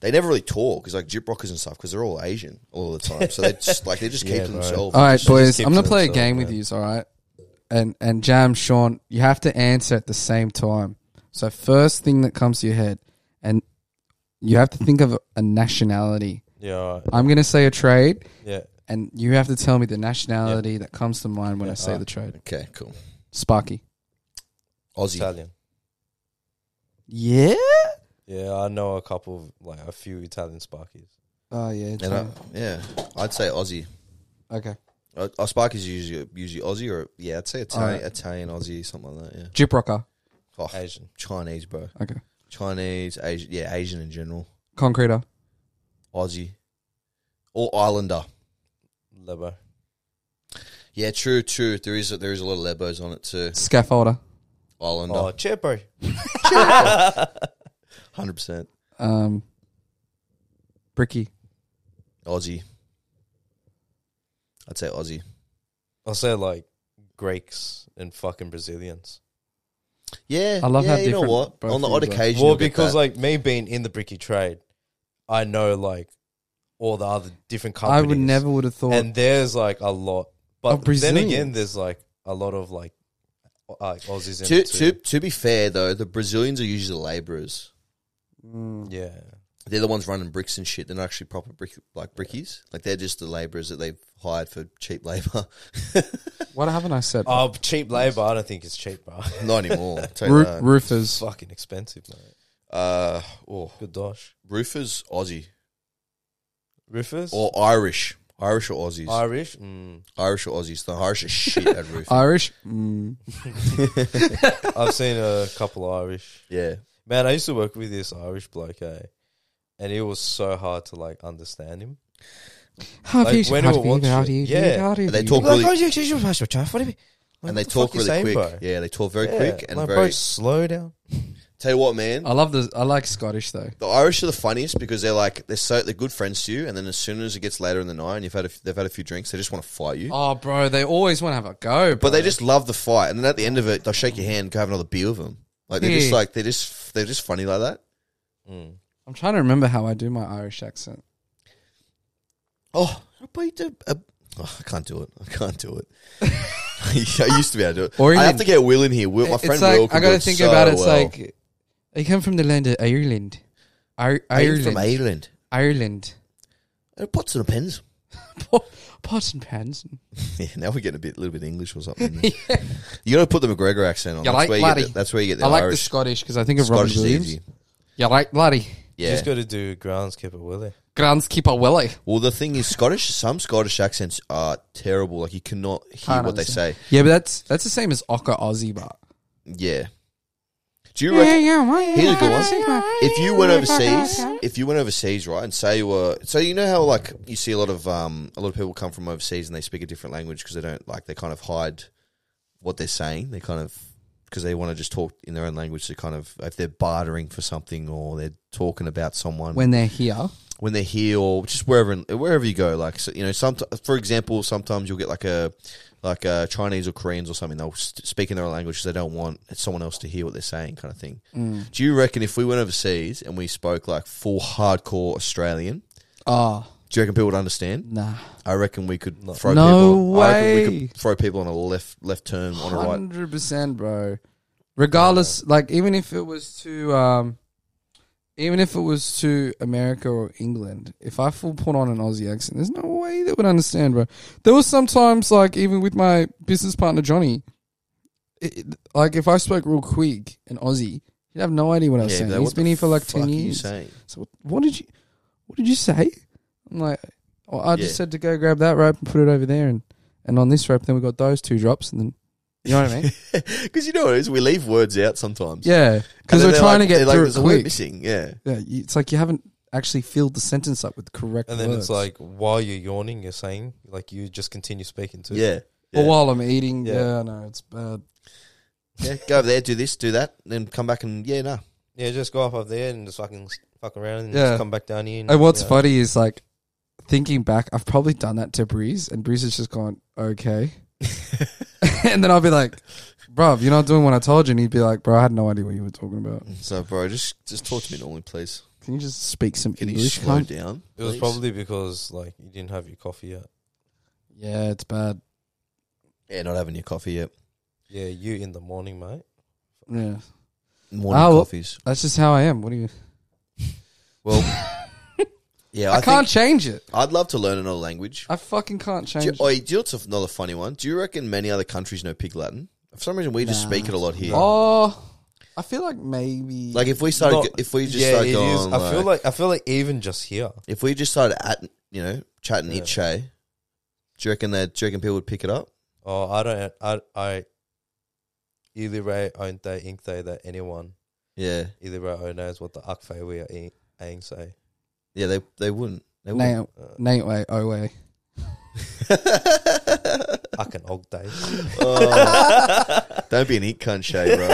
they never really talk. It's like gyp rockers and stuff because they're all Asian all the time. So they just like they just keep
Yeah,
to
bro.
themselves.
All right,
Just-
boys,
keep
I'm gonna
to
play a
themselves,
game with
man.
you. All right, and and Jam, Sean, you have to answer at the same time. So first thing that comes to your head, and you have to think of a nationality.
Yeah, all right.
I'm gonna say a trade,
yeah.
and you have to tell me the nationality that comes to mind when I say
alright.
the trade.
Okay, cool.
Sparky.
Aussie.
Italian.
Yeah.
Yeah, I know a couple, of, like a few Italian sparkies.
Oh yeah.
And I- yeah, I'd say Aussie.
okay.
Uh, Our Spark is usually usually Aussie or yeah, I'd say Italian,
Alright.
Italian Aussie, something like that. Yeah,
Jip rocker.
oh,
Asian.
Chinese, bro.
Okay.
Chinese, Asian, yeah, Asian in general,
Concreter.
Aussie, or Islander.
Lebo.
Yeah, true, true. There is a, there is a lot of lebos on it too.
Scaffolder.
Oh,
Islander,
cheer, bro.
hundred percent
Um. Bricky.
Aussie. I'd say Aussie.
I'll say like Greeks and fucking Brazilians.
Yeah,
I love
yeah,
how
you know
different
what.
both
On the
these
odd
are.
occasion,
Well,
you'll get
because
that.
like me being in the bricky trade, I know like all the other different
I
companies.
would never would have thought.
And there's like a lot
Of
But then
Brazilians.
again, there's like a lot of like uh, Aussies in
To,
it too.
to, to be fair, though, the Brazilians are usually the laborers.
Mm.
Yeah.
They're the ones running bricks and shit. They're not actually proper brick, like brickies. Like they're just the laborers that they've hired for cheap labor.
What haven't I said?
Oh, cheap labor. I don't think it's cheap, bro.
not anymore. Take
Roo-
that.
roofers.
Fucking expensive, mate.
uh, oh,
Good dosh.
roofers, Aussie
Roofers?
or Irish, Irish or Aussies,
Irish? Mm.
Irish or Aussies. The Irish are shit at roofing.
Irish. Mm.
I've seen a couple Irish.
yeah,
Man, I used to work with this Irish bloke, eh? And it was so hard to like understand him.
How
Like,
do you-
when
how
we
do you-
watch
how
it,
do you-
"Oh, yeah.
how do you-
They talk- Really- and they talk really quick.
Bro?
Yeah, they talk very
Yeah, Uh,
quick and
like,
very.
bro, slow down.
Tell you what, man,
I love the. I like Scottish though.
The Irish are the funniest because they're like they're so they're good friends to you, and then as soon as it gets later in the night and you've had a, f- they've had a few drinks, they just want to fight you.
Oh, bro, they always want to have a go.
But they just love the fight, and then at the end of it, they'll shake your hand, go have another beer with them. Like they're just
Yeah.
like they're just they're just funny like that.
I'm trying to remember how I do my Irish accent.
Oh, I do. A, oh, I can't do it. I can't do it. I used to be able to do it.
Or
I have
even-
to get Will in here. Will, my
It's
friend
like-
Will. Can
I gotta
do
think
so
about it. It's
well.
like I come from the land of Ireland. Ir-
Are you
Ireland.
from Ireland.
Ireland.
Uh, Pots and pens.
Po- Pots and pans.
Yeah, now we're getting a bit, little bit English or something. You got to put the McGregor accent on.
You
that's,
like
where you
laddie.
get the, that's where you get the
I like the
Irish.
Scottish because I think of Robin
Scottish is
Williams.
easy.
You like laddie.
Yeah.
Just got to do groundskeeper, will they?
Groundskeeper Willie.
Well, the thing is, Scottish. Some Scottish accents are terrible. Like you cannot hear
Can't
what they say.
Yeah, but that's that's the same as Ocker Aussie, but
Yeah. Do you reckon? Here's a good one. If you went overseas, if you went overseas, right, and say you were, so you know how like you see a lot of um a lot of people come from overseas and they speak a different language because they don't like they kind of hide what they're saying. They kind of because they want to just talk in their own language. To kind of if they're bartering for something or they're talking about someone
when they're here.
when they're here or just wherever wherever you go. Like so, you know, some for example, sometimes you'll get like a like a Chinese or Koreans or something. They'll st- speak in their own language 'cause they don't want someone else to hear what they're saying, kind of thing. Do you reckon if we went overseas and we spoke like full hardcore Australian?
Oh,
Do you reckon people would understand?
nah.
I reckon we could throw
No
people. I reckon we
way.
could throw people on a left left turn on a right.
Hundred percent, bro. Regardless, like even if it was to, um, even if it was to America or England, if I full put on an Aussie accent, there's no way they would understand, bro. There was sometimes like even with my business partner Johnny, it, it- like if I spoke real quick in Aussie, he'd have no idea what I was saying.
but
He's
what the
been here for like
fuck
ten
are you
years.
saying?
So what, what did you, what did you say? I'm like, oh, I
Yeah.
just said to go grab that rope and put it over there, and and on this rope, then we got those two drops, and then you know what I mean?
Because you know what it is, we leave words out sometimes.
Yeah,
And
because
then
we're
they're
trying
like-
to
they're
get
like,
through
"There's
it
a word
quick.
missing. Yeah.
Yeah, you- it's like you haven't actually filled the sentence up with the correct.
And then
words.
it's like while you're yawning, you're saying like you just continue speaking to.
Yeah.
or
yeah.
while I'm eating.
Yeah.
Yeah, no, it's bad.
Yeah, go over there, do this, do that, then come back and yeah, no.
Yeah, just go up up there and just fucking fuck around and
Yeah.
just come back down here.
And what's
yeah.
funny is like thinking back, I've probably done that to Breeze, and Breeze has just gone okay, and then I'll be like, "Bruv, you're not doing what I told you," and he'd be like, "Bro, I had no idea what you were talking about.
So, bro, just just talk to me normally, please.
Can you just speak some
Can you
English?"
slow
cunt?"
down?
It was
please?
probably because like you didn't have your coffee yet.
Yeah, it's bad.
yeah, not having your coffee yet.
Yeah, you in the morning, mate.
Yeah,
Morning
Oh, well-
coffees.
that's just how I am. What do you?
Well, yeah, I,
I, can't
Think
change it.
I'd love to learn another language.
I fucking can't change.
Do you,
it.
oi, do you know what's another funny one? Do you reckon many other countries know Pig Latin? For some reason, we just
Nah.
speak it a lot here.
Oh, I feel like maybe
Like if we started,
Not-
if we just
yeah,
started
it
going,
is. I
like,
feel like I feel like even just here,
if we just started at you know chatting
Yeah.
each day, do you reckon that? Do you reckon people would pick it up?
oh, I don't, I, I, either way, ain't they, ink they, that anyone,
Yeah,
either way, oh knows what the akfe we are ing- aing say. uh,
yeah, they they wouldn't. They wouldn't.
Nate, Nate way, oh way.
Ak and og days.
Oh. Don't be an ink cunt, Shay, bro.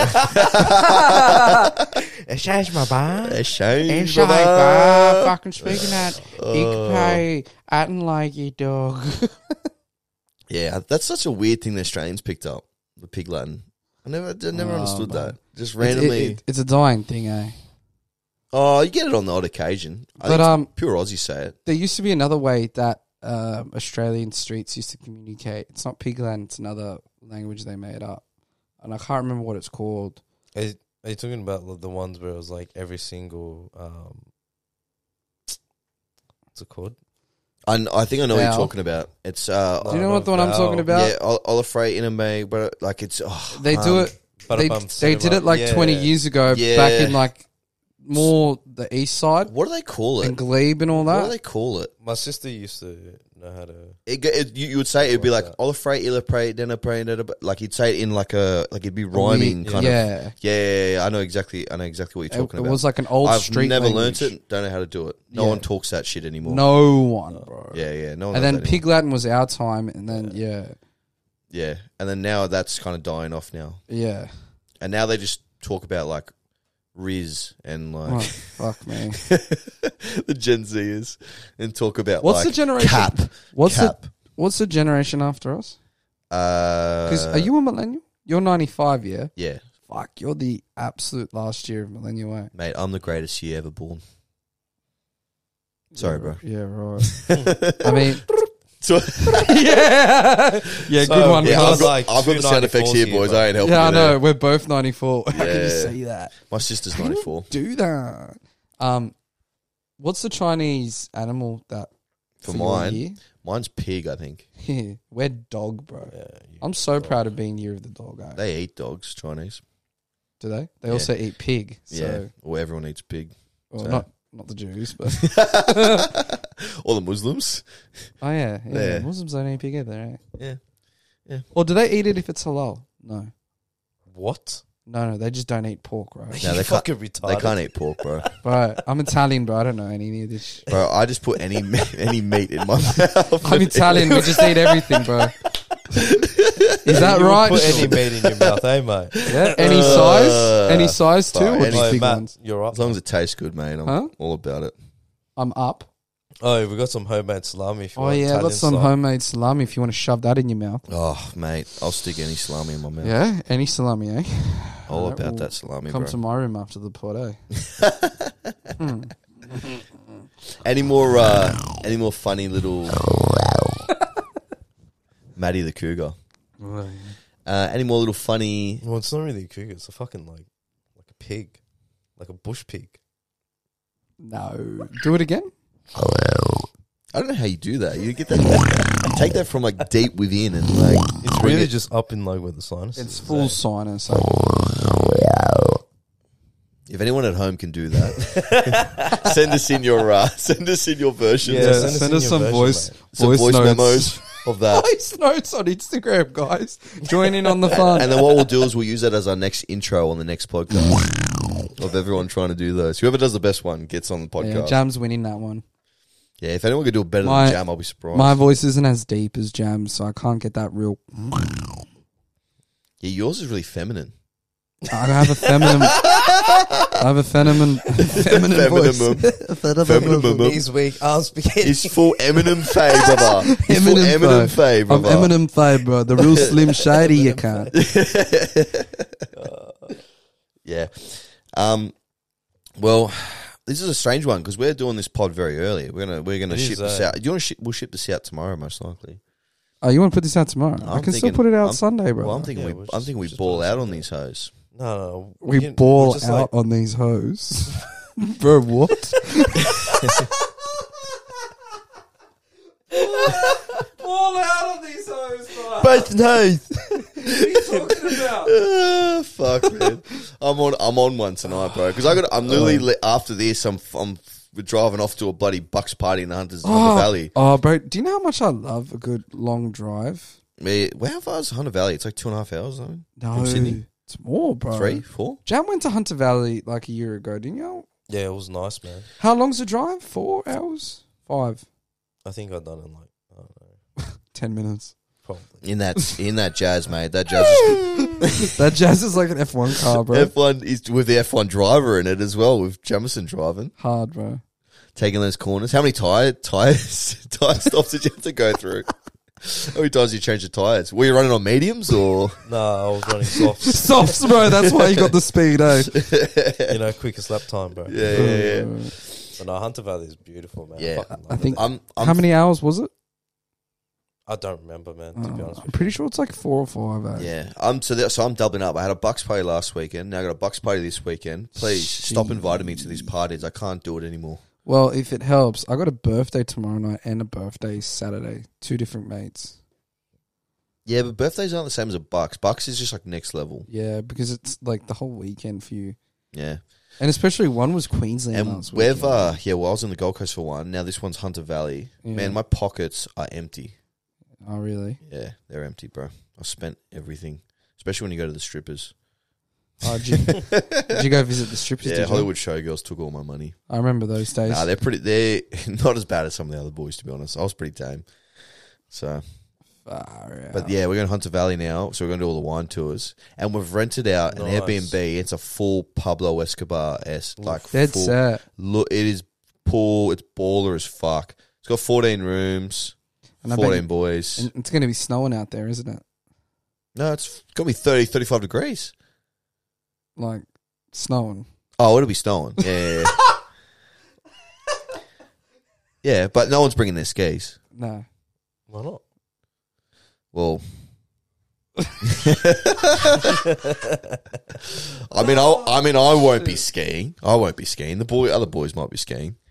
Says my bar.
That's Shay. Oh.
Inside bar. Fucking speaking that.
Uh,
Ik pay acting like you dog.
Yeah, that's such a weird thing the Australians picked up the pig Latin. I never, I never
Oh,
understood
man.
that. Just
It's,
randomly.
it- it's a dying thing, eh?
oh, you get it on the odd occasion. I
But
think
um,
pure Aussie say it.
there used to be another way that um, Australian streets used to communicate. It's not Pigland, it's another language they made up. And I can't remember what it's called.
Are you, are you talking about the- the ones where it was like every single um, what's it called?
I, I think I know what you're
Vowel.
talking about. It's uh,
Do you know what the one I'm
About-
talking about?
yeah, Ol- Olafre Iname, but like it's oh,
They do
um,
it. They, they did it like
Yeah.
20 years ago,
Yeah.
back in like more the east side
What do they call
and
it?
Glebe and all
What do
that.
they call it?
My sister used to know how to.
It, go- it you, you would say it would be like "Oh,
Like
Olafre Ilapre Denapre Denapre. Like you'd say it in like a like it'd be rhyming
We-
kind of.
yeah.
Yeah, yeah, yeah, I know exactly. I know exactly what
It,
you're talking
it
about.
was like an old
I've
street.
never
language.
learnt it. Don't know how to do it. No
Yeah.
one talks that shit anymore.
No one, bro.
Yeah, yeah. No one.
And then
does that anymore.
Pig Latin was our time, and then yeah,
Yeah, and then now that's kind of dying off now.
yeah.
And now they just talk about like Riz and like
Oh, fuck me.
the Gen Zers and talk about
What's
like
the generation?
cap.
What's
cap.
the What's the generation after us? Because
Uh,
are you a millennial? You're 95, yeah.
Yeah,
Fuck, you're the absolute last year of millennial. eh?
mate. I'm the greatest year ever born. Sorry, bro.
Yeah, right. I mean,
So-
yeah, yeah. good one.
Yeah,
Yeah,
I
I've
was
got,
like
I've got the sound effects
294
here,
here,
boys.
bro.
I ain't helping.
yeah I
you there.
know. We're both 94. How can you
Yeah.
say that?
My sister's
How can you
94.
Do that. Um, what's the Chinese animal that
For
your
mine,
year?
mine's pig. I think
Yeah, we're dog, bro.
Yeah,
I'm so proud of being year of the dog. eh?
they eat dogs. Chinese.
Do they? They
Yeah.
also eat pig. So,
Yeah, or everyone eats pig.
well,
so-
not not the Jews, but
Or the Muslims.
oh yeah, yeah,
Yeah.
Muslims don't eat pig either, right?
Yeah. Yeah.
Or do they eat it if it's halal? No,
What?
no, no. They just don't eat pork, right?
No,
No,
they
they
can't-
fucking
They
retarded.
can't eat pork, bro.
bro, I'm Italian, bro. I don't know any of this. Shit.
Bro, I just put any me- any meat in my mouth.
I'm Italian. we just eat everything, bro. Is that
You would
right?
Put any meat in your mouth, eh, mate? Oh,
yeah. any size, any size too, or
fuck,
just
Uh, any-
big
Matt,
ones.
you're up.
As long as it tastes good, mate. I'm
Huh?
all about it.
I'm up.
Oh, we got some homemade salami. If you
Oh
want
yeah, I
Italian
got some
style.
homemade salami. If you want to shove that in your mouth.
Oh, mate, I'll stick any salami in my mouth.
Yeah, any salami, eh?
all
Alright,
about
well,
that salami,
Come
bro.
to my room after the pod, eh? Hmm.
Any more? Uh, any more funny little? Maddie the cougar. Uh, any more little funny?
Well, it's not really a cougar. It's a fucking like, like a pig, like a bush pig.
No. Do it again?
I don't know how you do that. You get that. take that from like deep within and like.
It's
bring
really
it-
just up in like with the sinus.
It's full sinus. eh?
If anyone at home can do that, send us in your uh, send us in your versions
Yeah,
Yeah,
send us
send
in
us
your
some
version,
voice,
mate.
some voice,
notes.
memos of that.
Voice notes on Instagram, guys. Join in on the fun.
And then what we'll do is we'll use that as our next intro on the next podcast of everyone trying to do those. Whoever does the best one gets on the
yeah,
podcast. Yeah,
Jam's winning that one.
if anyone could do it better
My-
than Jam, I'll be surprised.
My voice isn't as deep as Jam's, so I can't get that real.
yeah, yours is really feminine.
I have a feminine. I have a feminine. Feminine, voice.
Feminine. feminine.
Knees weak, arms spaghetti.
It's full Eminem fave, brother. It's full
Eminem
Eminem fave,
I'm
brother.
Eminem five, bro. The real Slim Shady, you can't.
Yeah. Um. Well, this is a strange one because we're doing this pod very early. We're gonna we're gonna
It
ship
is,
this
eh?
out. Do you want to ship? We'll ship this out tomorrow, most likely.
Oh, you want to put this out tomorrow?
No,
I
I'm
can still
thinking-
put it out
I'm-
Sunday, bro.
Well, I'm thinking
Yeah,
we
we'll
I'm
just-
thinking we
just
ball
put it
out on these hoes.
No, no, no.
we
can-
ball
we're
out
just like-
on these hoes, bro. What? ball out on these hoes, bro.
Both hoes.
talking about?
Ah, fuck man, I'm on I'm on one tonight, bro. Because I got I'm
Oh.
literally li- after this I'm f- I'm f- we're driving off to a bloody Bucks party in the Hunters in Hunter Valley.
Oh, bro, do you know how much I love a good long drive?
Me, well, how far is Hunter Valley? It's like two and a half hours. I mean,
No,
From Sydney?
it's more, bro.
three, four.
Jam went to Hunter Valley like a year ago, didn't you?
Yeah, it was nice, man.
How long's the drive? Four hours? Five?
I think I've done it in like, I don't know,
Ten minutes.
probably.
In that in that jazz, mate. That jazz. Is-
That jazz is like an F1
Oh,
car, bro.
F1 is with the F1 driver in it as well, with Jamison driving,
Hard, bro.
taking those corners. How many tire tires tire stops did you have to go through? How many times did you change the tires? Were you running on mediums or
Nah, I was running softs.
Softs, bro. That's why you got the speed, eh?
you know, quickest lap time, bro.
yeah, yeah, yeah.
Uh,
But no, Hunter Valley is beautiful, man.
Yeah.
I, fucking
I
love
think.
I'm, I'm
how many hours was it? Uh,
I don't remember, man. To be honest,
Oh, I'm pretty sure it's like four or five. eh?
Yeah, I'm so that, so I'm doubling up. I had a bucks party last weekend. Now I got a bucks party this weekend. Please stop inviting me to these parties. I can't do it anymore.
Well, if it helps, I got a birthday tomorrow night and a birthday Saturday. Two different mates.
Yeah, but birthdays aren't the same as a bucks. Bucks is just like next level.
Yeah, because it's like the whole weekend for you,
Yeah,
and especially one was Queensland
and
last weekend.
weather. Yeah, well, I was in the Gold Coast for one. Now this one's Hunter Valley.
Yeah.
Man, my pockets are empty.
Oh, really?
Yeah, they're empty, bro. I spent everything, especially when you go to the strippers.
Oh, did, you, did you go visit the strippers? did
Yeah,
you?
Hollywood showgirls took all my money.
I remember those days.
Nah, they're pretty. They're not as bad as some of the other boys, to be honest. I was pretty tame. So,
Far out.
but yeah, we're going to Hunter Valley now, so we're going to do all the wine tours, and we've rented out an
Nice.
Airbnb. It's a full Pablo Escobar s like
dead
full,
set.
Look, it is pool. It's baller as fuck. It's got fourteen rooms,
And I bet
fourteen
you-
boys.
And it's going to be snowing out there, isn't it?
no, it's got to be 30, 35 degrees.
Like snowing.
Oh, it'll be stolen. Yeah, yeah, yeah. Yeah, but no one's bringing their skis.
No.
why not?
Well, I mean, I, I mean, I won't be skiing. I won't be skiing. The boy, other boys might be skiing.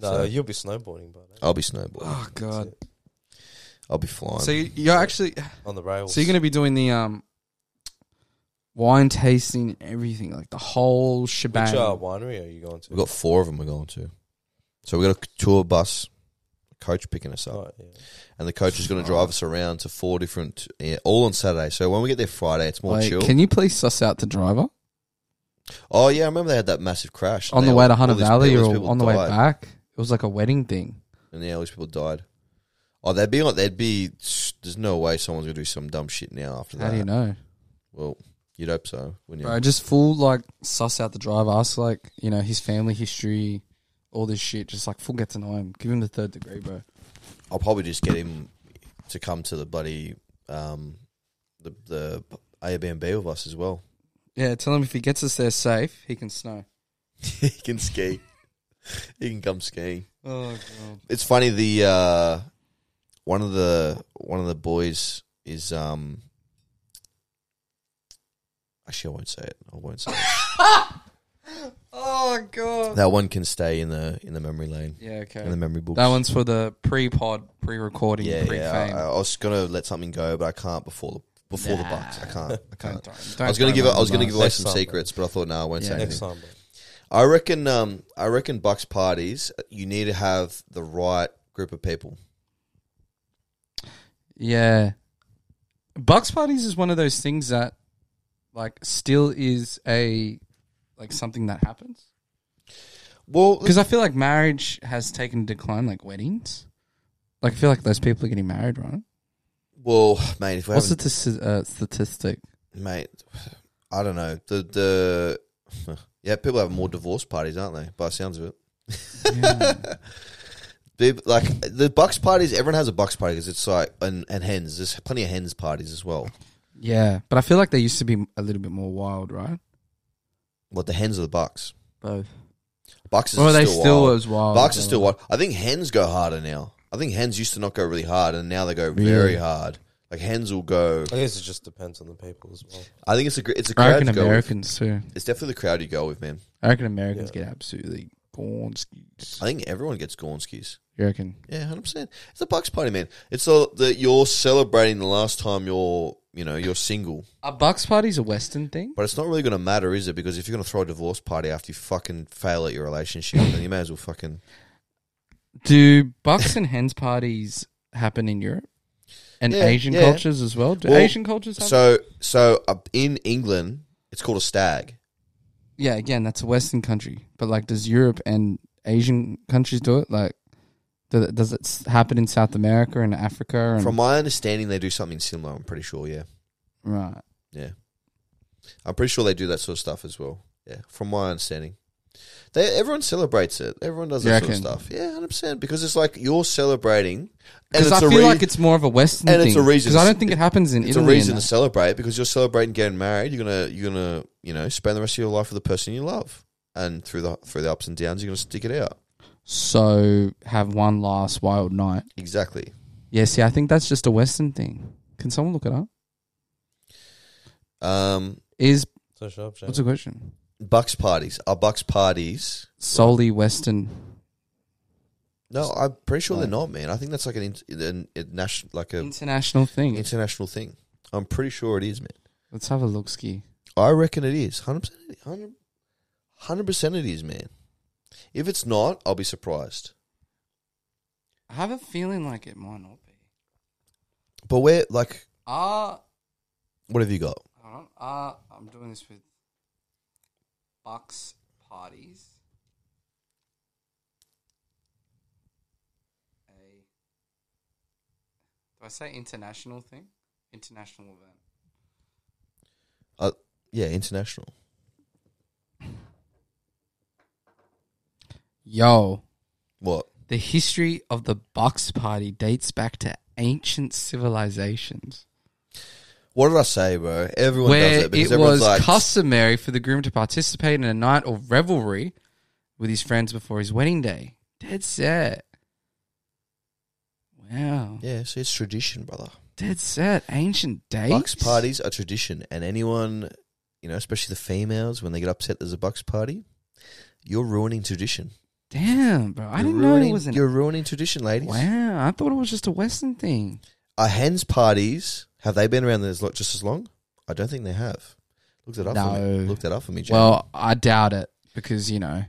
No,
So-
you'll be snowboarding by then
I'll be snowboarding.
Oh god.
I'll be flying.
So you, you're actually
on the rails.
so you're going to be doing the um wine tasting and everything, like the whole shebang.
Which uh, winery are you going to?
We've got four of them we're going to. So we got a tour bus, a coach picking us up,
Right, yeah.
and the coach is going to drive us around to four different, yeah, all on Saturday. So when we get there Friday, it's more
Wait,
chill.
Can you please suss out the driver
Oh yeah, I remember they had that massive crash
on
They-
the way to
all
Hunter
these-
Valley
all
or
these people
on the way
died.
back? It was like a wedding thing.
and yeah, all these people died. Oh, they'd be like, they'd be. There's no way someone's gonna do some dumb shit now after
How
that.
do you know?
Well, you'd hope so, wouldn't you?
Bro, just full like suss out the driver. Ask like you know his family history, all this shit. Just like full get to know him. Give him the third degree, bro.
I'll probably just get him to come to the buddy, um, the the Airbnb with us as well.
Yeah, tell him if he gets us there safe, he can snow.
he can ski. he can come skiing.
Oh god.
It's funny the uh, one of the one of the boys is um. Actually, I won't say it. I won't say it.
Oh god.
that one can stay in the in the memory lane
Yeah, okay.
in the memory books.
That one's for the pre-pod, pre-recording,
yeah,
pre-fame.
yeah. I, I was gonna let something go, but I can't before the before the bucks. I can't. I
Don't-
can't.
don't-
I was
don't
gonna give. I
mind
was gonna
us.
give away
Next
some
time, mate.
secrets, but I thought no, I won't
Yeah.
say
Next
anything.
time, bro.
I reckon. Um, I reckon bucks parties. You need to have the right group of people.
Yeah, bucks parties is one of those things that, like, still is a like something that happens.
Well,
Because I feel like marriage has taken a decline, like weddings. Like I feel like those people are getting married, right?
well, mate. If we
What's
haven't
the t- uh, statistic?
mate, I don't know. The the yeah, people have more divorce parties, aren't they? By the sounds of it, People- like the bucks parties. Everyone has a bucks party because it's like and and hens. There's plenty of hens parties as well.
Yeah, but I feel like they used to be a little bit more wild, right?
What the hens or the bucks?
Both.
Bucks is
Or are
still,
they still
wild.
as wild?
bucks
as
is
they
still
were?
wild. I think hens go harder now. I think hens used to not go really hard, and now they go
Really?
very hard. Like hens will go.
I guess it just depends on the people as well.
I think it's a gr- it's a
I
crowd
reckon
to go. With.
Americans too.
It's definitely the crowd you go with, man.
I reckon Americans
Yeah.
get absolutely gone.
I think everyone gets Gornskis.
You reckon?
Yeah, hundred percent. It's a bucks party, man. It's all that you're celebrating the last time you're, you know, you're single.
Are bucks parties a Western thing?
But it's not really going to matter, is it? Because if you're going to throw a divorce party after you fucking fail at your relationship, then you may as well fucking.
Do bucks and hens parties happen in Europe and
Yeah,
Asian
yeah.
cultures as well? Do
Well,
Asian cultures? Have
So, so uh, in England, it's called a stag.
yeah, again, that's a Western country, but like, does Europe and Asian countries do it? Like, do, does it s- happen in South America and Africa? And,
From my understanding, they do something similar. I'm pretty sure. Yeah,
right,
yeah. I'm pretty sure they do that sort of stuff as well. Yeah, from my understanding. They, everyone celebrates it. Everyone does
You
that sort of
reckon?
stuff. Yeah, hundred percent. Because it's like you're celebrating, and
because
it's
I
a
feel
re-
like it's more of a Western
and
thing.
it's a reason-
Because I don't think it happens in
it's
Italy.
a reason
and
to celebrate because you're celebrating getting married. You're gonna you're gonna you know spend the rest of your life with the person you love, and through the through the ups and downs, you're gonna stick it out.
that. so have one last wild night.
Exactly.
Yeah, see, I think that's just a Western thing. Can someone look it up?
Um,
Is
So sharp, sharp.
what's the question?
Bucks parties are Bucks parties.
Solely Western.
No, I'm pretty sure they're not, man. I think that's like an, in, an, a national, like a
International thing.
international thing. I'm pretty sure it is, man.
Let's have a look, Ski.
I reckon it is. 100%, it- 100 100% it is, man. If it's not, I'll be surprised.
I have a feeling like it might not be.
But where, like,
Ah,
what have you got?
hold on. Ah, I'm doing this with Bucks parties. A do I say international thing? International event.
Uh, yeah, international.
Yo,
What?
the history of the Bucks Party dates back to ancient civilizations,
What did I say, bro? Everyone does
where
it because
it
everyone's
was
like,
customary for the groom to participate in a night of revelry with his friends before his wedding day. Dead set. Wow.
yeah, see, it's tradition, brother.
Dead set. Ancient dates.
Bucks parties are tradition, and anyone, you know, especially the females, when they get upset there's a Bucks party, you're ruining tradition.
Damn, bro. I
You're
didn't know
ruining,
it was an.
You're ruining tradition, ladies.
Wow. I thought it was just a Western thing.
Are hens parties have they been around as lo- just as long? I don't think they have. Look that up. For me.
No.
Look that up for me. Jamie.
Well, I doubt it because, you know.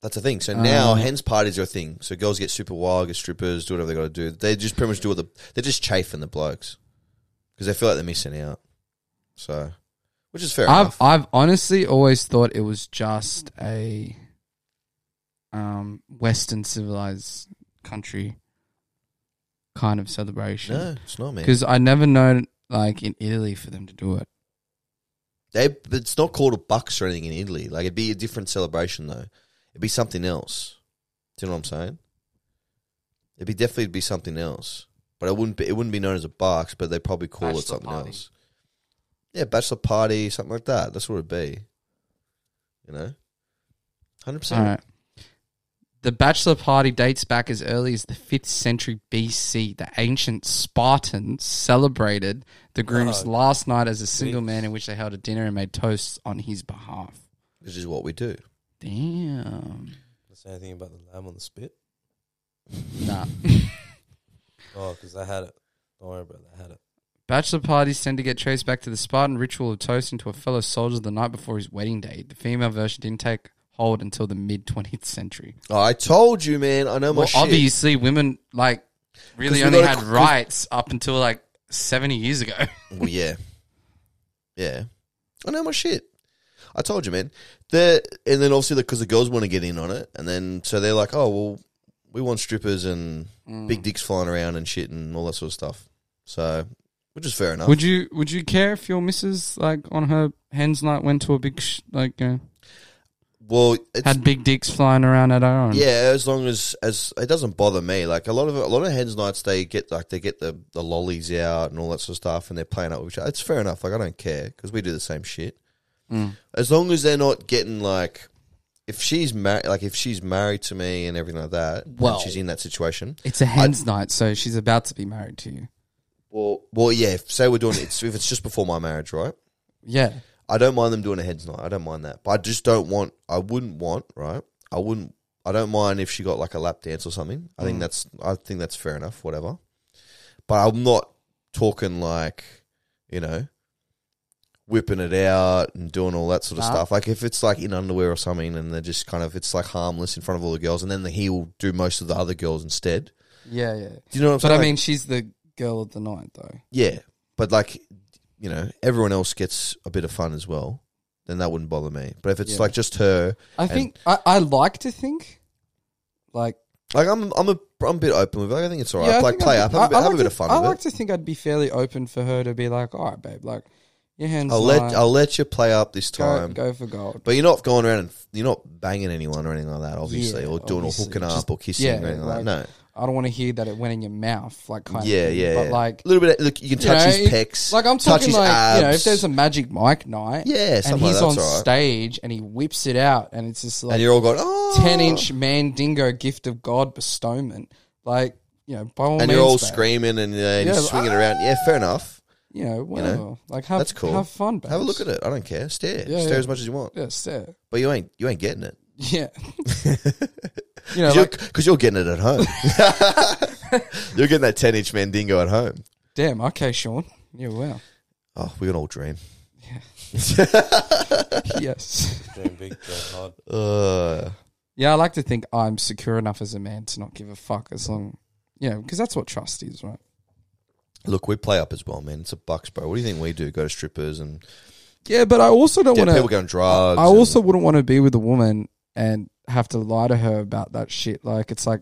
that's the thing. So now
Um,
hens parties are a thing. So girls get super wild, get strippers, do whatever they got to do. They just pretty much do what the they're just chafing the blokes because they feel like they're missing out. So, which is fair
I've
enough.
I've honestly always thought it was just a um Western civilized country kind of celebration.
no, it's not me.
Because I never known like in Italy for them to do it.
They, it's not called a bucks or anything in Italy. Like it'd be a different celebration though. It'd be something else. Do you know what I'm saying? It'd be definitely be something else. But it wouldn't be it wouldn't be known as a bucks, but they'd probably call
Bachelor
it something
party.
else. Yeah, bachelor party, something like that. That's what it'd be. You know? Hundred
All
percent.
right. The bachelor party dates back as early as the 5th century BC. The ancient Spartans celebrated the groom's
Oh,
last night as a single
geez.
man in which they held a dinner and made toasts on his behalf.
Which is what we do.
Damn.
The same thing about the lamb on the spit.
Nah.
Oh, because I had it. Don't worry about it. I had it.
Bachelor parties tend to get traced back to the Spartan ritual of toasting to a fellow soldier the night before his wedding day. The female version didn't take hold until the mid 20th century.
Oh, I told you, man. I know my
Well,
shit.
obviously, women like
'Cause
really
we
only
gotta-
had
'cause-
rights up until like 70 years ago.
Well, yeah, yeah. I know my shit. I told you, man. The and then obviously because the girls want to get in on it, and then so they're like, oh well, we want strippers and big dicks flying around and shit and all that sort of stuff. So, which is fair enough.
Would you Would you care if your missus like on her hens night went to a big sh- like you know,
well, it's,
had big dicks flying around at her? own?
yeah, as long as as it doesn't bother me. Like a lot of a lot of hens nights, they get like they get the the lollies out and all that sort of stuff, and they're playing up with each other. It's fair enough. Like I don't care because we do the same shit.
Mm.
as long as they're not getting like if she's married like if she's married to me and everything like that well
Well-
she's in that situation
It's a hens night, so she's about to be married to you.
well well yeah if, say we're doing it if it's just before my marriage right
Yeah.
i don't mind them doing a heads night i don't mind that but i just don't want i wouldn't want right i wouldn't i don't mind if she got like a lap dance or something i
Mm.
think that's i think that's fair enough whatever but i'm not talking like you know whipping it out and doing all that sort of
Nah.
stuff. Like if it's like in underwear or something, and they're just kind of it's like harmless in front of all the girls, and then the, he will do most of the other girls instead.
Yeah, yeah.
Do you know what I'm
But
saying?
I
Like,
mean, she's the girl of the night, though.
yeah, but like you know, everyone else gets a bit of fun as well. Then that wouldn't bother me. But if it's
Yeah.
like just her,
I
And-
think I, I like to think, like,
like I'm I'm a I'm a bit open with. it. I think it's all right.
I
like
think
play
I'd
up,
be-
have a bit,
I- I
have a
like
bit
to-
of fun
I
with
like
it.
to think I'd be fairly open for her to be like, "All right, babe, like your hands.
I'll let
light,
I'll let you play up this
go,
time.
go for gold."
But you're not going around and you're not banging anyone or anything like that, obviously,
Yeah,
or doing
obviously.
or hooking
Just-
up or kissing
yeah,
or anything like,
like-
that. No,
I don't want to hear that it went in your mouth, like kind
yeah,
of. thing.
yeah,
But
yeah.
like,
a little bit. Look, you can touch
you
his
know,
pecs.
like I'm
touch
talking
his
like you know, if
abs,
there's a Magic Mike night,
yeah,
and
something like
he's
that,
on
that's all right.
stage and he whips it out, and it's just like
and you're all going, oh,
ten inch mandingo gift of God bestowment. Like, you know, by all
and
means,
you're all
babe.
screaming and, uh, and
Yeah,
you
like,
swing it around. Yeah, fair enough.
You know, whatever. like have
That's cool.
Have fun. Babes.
Have a look at it. I don't care. Stare,
Yeah,
stare
yeah.
as much as you want.
Yeah, stare.
But you ain't you ain't getting it
Yeah. you know,
because you're,
like
'cause you're getting it at home. you're getting that ten inch Mandingo at home.
damn. Okay, Sean. Yeah. Wow.
Oh, we can all dream.
yes.
Dream big, dream hard.
Uh,
Yeah, I like to think I'm secure enough as a man to not give a fuck as long, you know, because that's what trust is, right?
look, we play up as well, man. It's a bucks, bro. What do you think we do? Go to strippers and
Yeah, but I also don't
yeah,
want
people
to.
go on drugs.
I
and-
also wouldn't want to be with a woman and have to lie to her about that shit. Like, it's like,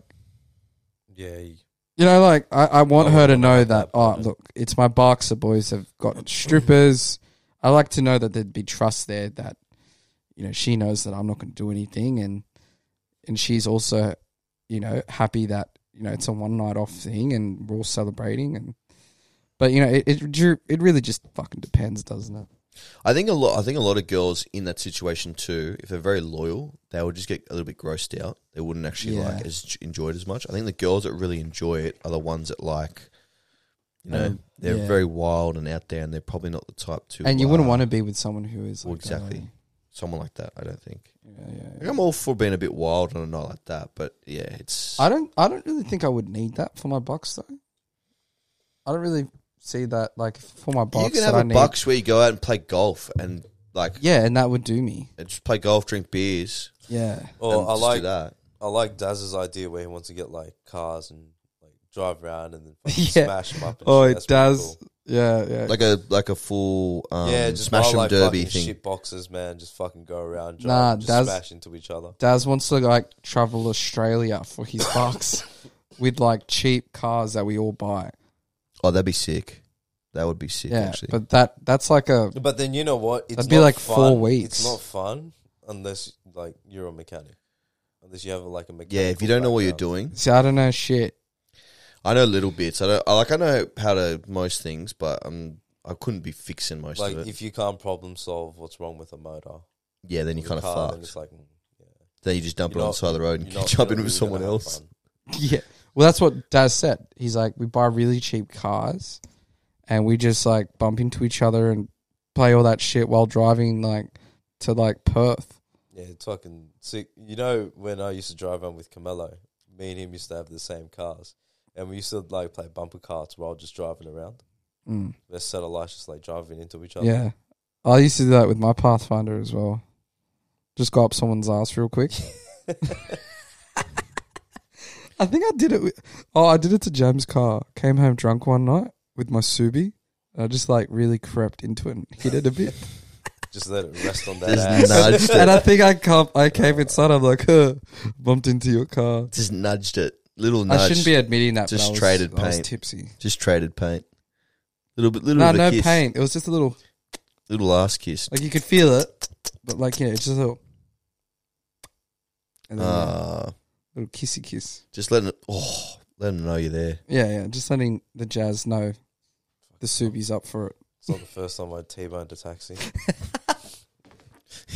Yeah, you-
you know, like I, I want
I
her to
wouldn't
know
like
that.
that,
Oh,
but-
look, it's my Barkser boys have got strippers. I like to know that there'd be trust there. That you know, she knows that I'm not going to do anything, and and she's also, you know, happy that you know it's a one night off thing, and we're all celebrating. And but you know, it it, ju- it really just fucking depends, doesn't it?
I think a lot. I think a lot of girls in that situation too, if they're very loyal, they would just get a little bit grossed out. They wouldn't actually
Yeah.
like as enjoy it as much. I think the girls that really enjoy it are the ones that like, you know,
Um,
they're
yeah.
very wild and out there, and they're probably not the type to.
And you wouldn't
uh,
want to be with someone who is
Well,
like, uh,
exactly. someone like that. I don't think.
yeah, yeah,
Like,
yeah.
I'm all for being a bit wild and not like that, but yeah, it's.
I don't. I don't really think I would need that for my box though. I don't really see that like for my box.
you can
that
have
I
a
need,
bucks where you go out and play golf and like
Yeah, and that would do me.
just play golf, drink beers.
Yeah,
Or
and
Oh, I
just do
like
that.
I like Daz's idea where he wants to get like cars and like drive around and then fucking
Yeah.
smash them up. And
Oh,
shit.
it
That's
does.
pretty
yeah, yeah.
Like a like a full um,
yeah, just
smash 'em
like
derby
fucking
thing.
Shit boxes, man. Just fucking go around, drive,
Nah,
and just
Daz-
smash into each other.
Daz wants to like travel Australia for his box with like cheap cars that we all buy.
Oh, that'd be sick. That would be sick.
Yeah,
actually.
but that that's like a
But then you know what? It's
That'd be
not
like
fun.
four weeks.
It's not fun unless like you're a mechanic. Unless you have like a mechanic.
yeah, if you don't know what you're doing,
see. I don't know shit.
I know little bits. I don't I like. I know how to most things, but I'm I couldn't be fixing most
like
of it.
if you can't problem solve what's wrong with a motor,
Yeah, then you
with a
kind of
car,
fucked.
Then
Then,
it's like mm, yeah,
you just dump
You're
it on the
not-
side of the road
you're
and
not-
jump
you're
in
not
with
really gonna
someone
have
else.
fun.
Yeah. Well, that's what Daz said. He's like, we buy really cheap cars, and we just like bump into each other and play all that shit while driving like to like Perth.
Yeah, it's fucking sick. You know, when I used to drive around with Camelo, me and him used to have the same cars. And we used to like play bumper cars while just driving around.
Mm.
Their satellites just like driving into each other.
Yeah, I used to do that with my Pathfinder as well. Just go up someone's ass real quick. I think I did it. With, oh, I did it to Jam's car. Came home drunk one night with my Subi. I just like really crept into it and hit it a bit.
Just let it rest on that ass.
Just nudged
and
it.
I think I come, I came inside. I'm like, huh, bumped into your car.
Just nudged it. Little nudge.
I shouldn't be admitting that.
Just
but I was,
traded
I was
paint.
tipsy.
Just traded paint. Little bit. Little
No,
bit
no
of kiss.
paint. It was just a little,
Little ass kiss.
like you could feel it, but like yeah, it's just a little, and then, yeah,
Ah,
little kissy kiss.
just letting it. Oh, letting them know you're there.
Yeah, yeah. Just letting the jazz know the Subi's up for it.
It's not the first time I T boned a taxi.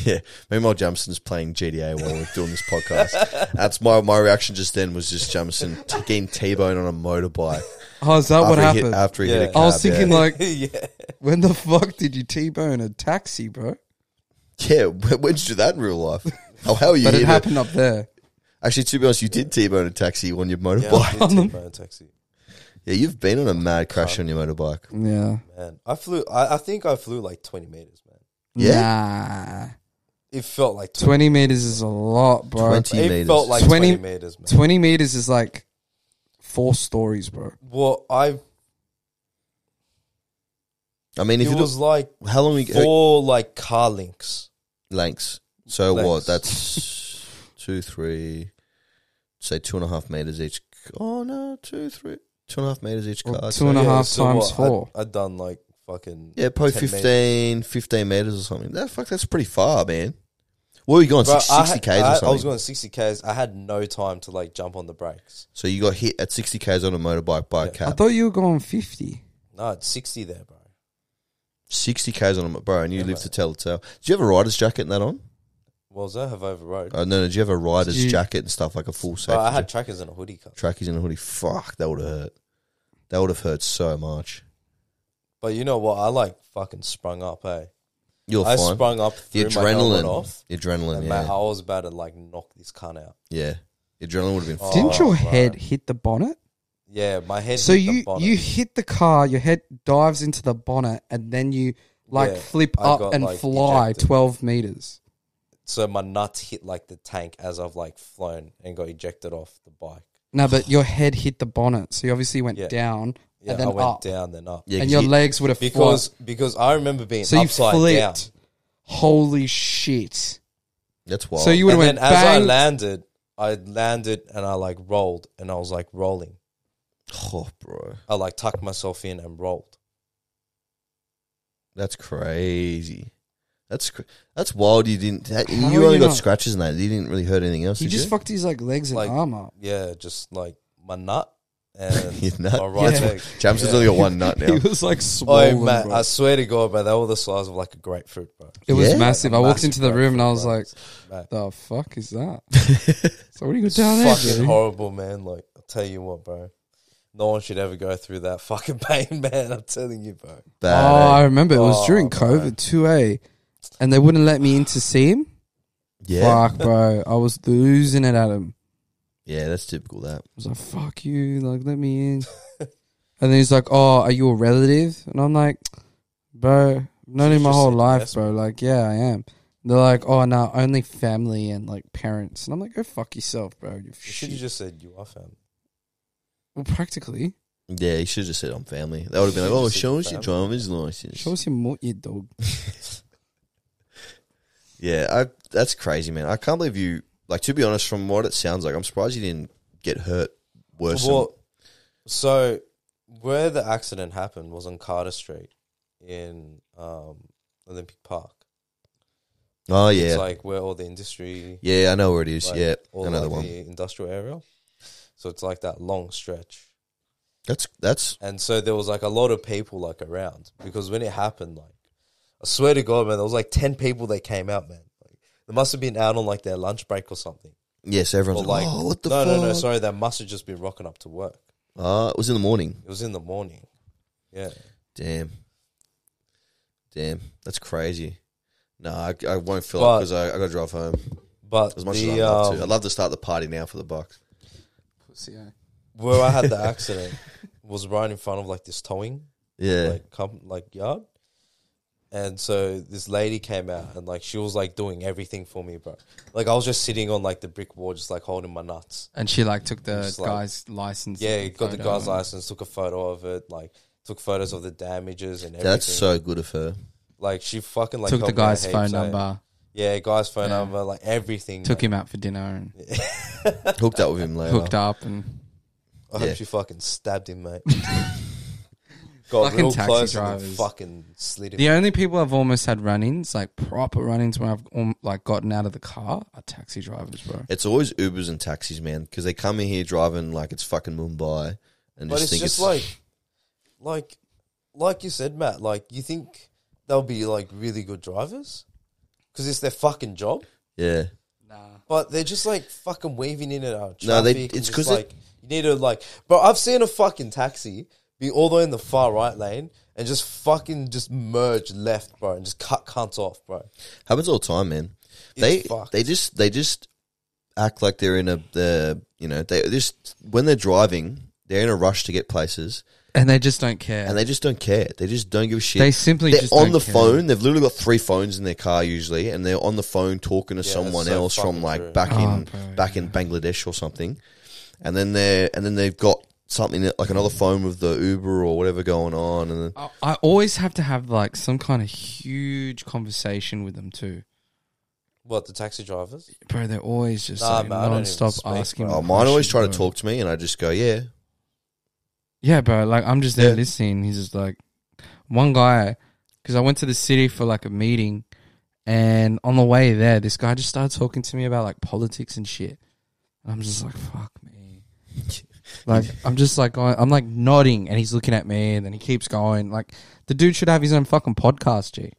Yeah. Meanwhile, Jamson's playing GTA while we're doing this podcast. That's my my reaction just then was just Jamson t- getting T-boned on a motorbike.
Oh, is that what
after he hit-
happened?
after he hit a
Yeah.
cab,
I was thinking
yeah.
like,
yeah.
when the fuck did you T-bone a taxi, bro?
yeah, when when did you do that in real life? Oh, how are you?
But it
hit a-
happened up there.
Actually, to be honest, you did T-bone a taxi on your
Yeah,
motorbike.
I did T bone a taxi.
Yeah, you've been on a mad crash on your motorbike.
Yeah.
Man. I flew I, I think I flew like twenty meters, man.
Yeah.
It felt like
Nah. 20 meters is a lot, bro.
20
it
meters.
felt like
20
twenty meters, man.
20 meters is like four stories, bro.
Well I
I mean, if
it
you
was like
do, how long we go
four like car links.
lengths? So what?
Lengths.
That's two, three, say two and a half meters each. Oh no, two, three, two and a half meters each
Well,
car.
two and a
so-
half times
what? I'd-
four.
I'd, done like fucking
Yeah, probably
10 meters.
15, 15 meters or something. That fuck, that's pretty far, man. Where were you going?
Bro,
Six- 60
I,
k's
had-
or
I,
something.
I was going 60 k's. I had no time to like jump on the brakes.
so you got hit at sixty k's on a motorbike by a
I
cab.
thought you were going 50.
No, it's 60 there, bro.
Sixty k's on a mo- bro, and you
Yeah,
live
mate.
to tell the tale. Did you have a rider's jacket and that on?
was I have overrode.
Uh, no, no, did you have a rider's
Did you-
jacket and stuff like a full safety?
But I had trackers and a hoodie cut.
trackies and a hoodie. Fuck, that would have hurt. That would have hurt so much.
But you know what? I like fucking sprung up, hey.
You're
I
fine.
sprung up
The
through my helmet
adrenaline,
off.
the adrenaline.
And
Yeah,
mate, I was about to like knock this cunt out.
yeah. The adrenaline would have been.
Oh,
Didn't your
right.
head hit the bonnet?
Yeah, my head.
So
hit the
you
bonnet.
you hit the car, your head dives into the bonnet, and then you like
Yeah,
flip
I
up
got,
and
like,
fly
ejected.
twelve meters.
so my nuts hit like the tank as I've like flown and got ejected off the bike.
No, but your head hit the bonnet, so you obviously went
Yeah.
down
Yeah,
and then
I went
up,
down then up.
yeah,
and
'cause
your
you-
legs would have
Because
flopped.
because I remember being
So you
upside down.
flipped. Holy shit!
that's wild.
So you would have
and
went
then as I
bang.
landed, I landed and I like rolled and I was like rolling.
oh, bro,
I like tucked myself in and rolled.
that's crazy. That's cr- that's wild. You didn't. That,
How
you
are
only
you
got
not-
scratches and that. You didn't really hurt anything else.
he
did
just
Oh, you?
fucked his like legs and
Like-
arm up.
Yeah, just like my nut and
Your nut?
my right
Yeah.
leg.
Jamson's
Yeah.
only got one nut now.
He was like
Oh
swollen.
man,
bro.
I swear to God, bro, they were the size of like a grapefruit, bro.
it was
Yeah.
massive. I walked into the
Massive
room and I was like,
grapefruit, bro. Mate,
"The fuck is that?" so what do you got down there?
it's fucking
dude?
horrible, man. Like I tell you what, bro, no one should ever go through that fucking pain, man. I'm telling you, bro.
Bad,
Oh, I
eh?
remember. It was
Oh,
during
bro.
COVID too, eh? And they wouldn't let me in to see him.
yeah,
Fuck, bro. I was losing it at him.
yeah. That's typical. That
I was like, fuck you. Like, let me in. and then he's like, oh, are you a relative? And I'm like, bro, known
Should've
him my
just
whole
said
life,
yes,
bro. Like, yeah, I am. They're like, oh, no, only family and like parents. And I'm like, go fuck yourself, bro. You
You should have
shit."
just said you are family.
well, practically.
yeah. You should have just said on family. That would have been like,
Should've
oh,
said
show us your
family.
driver's license.
Show us your mutt, you dog.
Yeah, I, that's crazy, man. I can't believe you. Like to be honest, from what it sounds like, I'm surprised you didn't get hurt worse. than-
Well, so where the accident happened was on Carter Street in um, Olympic Park.
oh yeah,
It's like where all the industry,
yeah, I know where it is.
like,
yeah,
all
another
like
one.
the industrial area. So it's like that long stretch.
That's that's
And so there was like a lot of people like around because when it happened, like I swear to God, man, there was like ten people that came out, man. Like they must have been out on like their lunch break or something.
yes.
Or
Everyone's
like
like, oh, what the
no,
fuck?
no, no, sorry, they must have just been rocking up to work.
Ah, it was in the morning.
It was in the morning. Yeah.
Damn, damn, that's crazy. No, I, I won't fill
But-
up because I, I got to drive home.
But
As much
the,
as I love
um,
to, I'd love to start the party now for the Bucks.
eh? where I had the accident was right in front of like this towing
Yeah,
like com- like yard, and so this lady came out and like she was like doing everything for me, bro. Like I was just sitting on like the brick wall, just like holding my nuts.
And she like took the
Just, like- guy's
license.
Yeah, got the guy's license, took a photo of it, like took photos of the damages and everything.
that's so good of her.
like she fucking like
took the
helped me out
guy's
heaps,
phone
eh?
number.
Yeah, guy's phone
Yeah.
number, like everything.
Took
man.
him out for dinner and
Hooked up with him later.
hooked up and
I hope
Yeah.
she fucking stabbed him, mate. got
Fucking
real
taxi
close and then
drivers.
fucking slid him.
The only people I've almost had run-ins, like proper run-ins, when I've um, like gotten out of the car, are taxi drivers, bro.
It's always Ubers and taxis, man, because they come in here driving like it's fucking Mumbai and
But
just
it's
think
just
it's
like, like, like you said, Matt. Like, you think they'll be like really good drivers because it's their fucking job,
yeah.
but they're just like fucking weaving in and out. Of traffic
No, they-
and
it's
just,
'cause it-
like you need to like. But I've seen a fucking taxi be all the way in the far right lane and just fucking just merge left, bro, and just cut cunts off, bro.
Happens all the time, man.
It's
they
fucked.
they just they just act like they're in a the you know they just when they're driving they're in a rush to get places
And they just don't care.
and they just don't care. They just don't give a shit.
They simply
they're
just
on
don't
the
care.
phone. They've literally got three phones in their car usually, and they're on the phone talking to
Yeah,
someone
that's so
else from
fucking
like
true.
back
Oh,
in
bro,
back in Bangladesh or something, and then they're and then they've got something that- like another phone with the Uber or whatever going on, and then
I, I always have to have like some kind of huge conversation with them too,
What the taxi drivers?
bro. They're always just
Nah,
like,
man, I don't even
non-stop
speak,
asking.
bro.
me
oh, mine always try
questions,
to
bro.
talk to me, and I just go yeah.
Yeah, bro. Like I'm just there
Yeah.
listening. He's just like one guy because I went to the city for like a meeting, and on the way there, this guy just started talking to me about like politics and shit. And I'm just like, fuck me. like I'm just like going, I'm like nodding, and he's looking at me, and then he keeps going. Like the dude should have his own fucking podcast, G.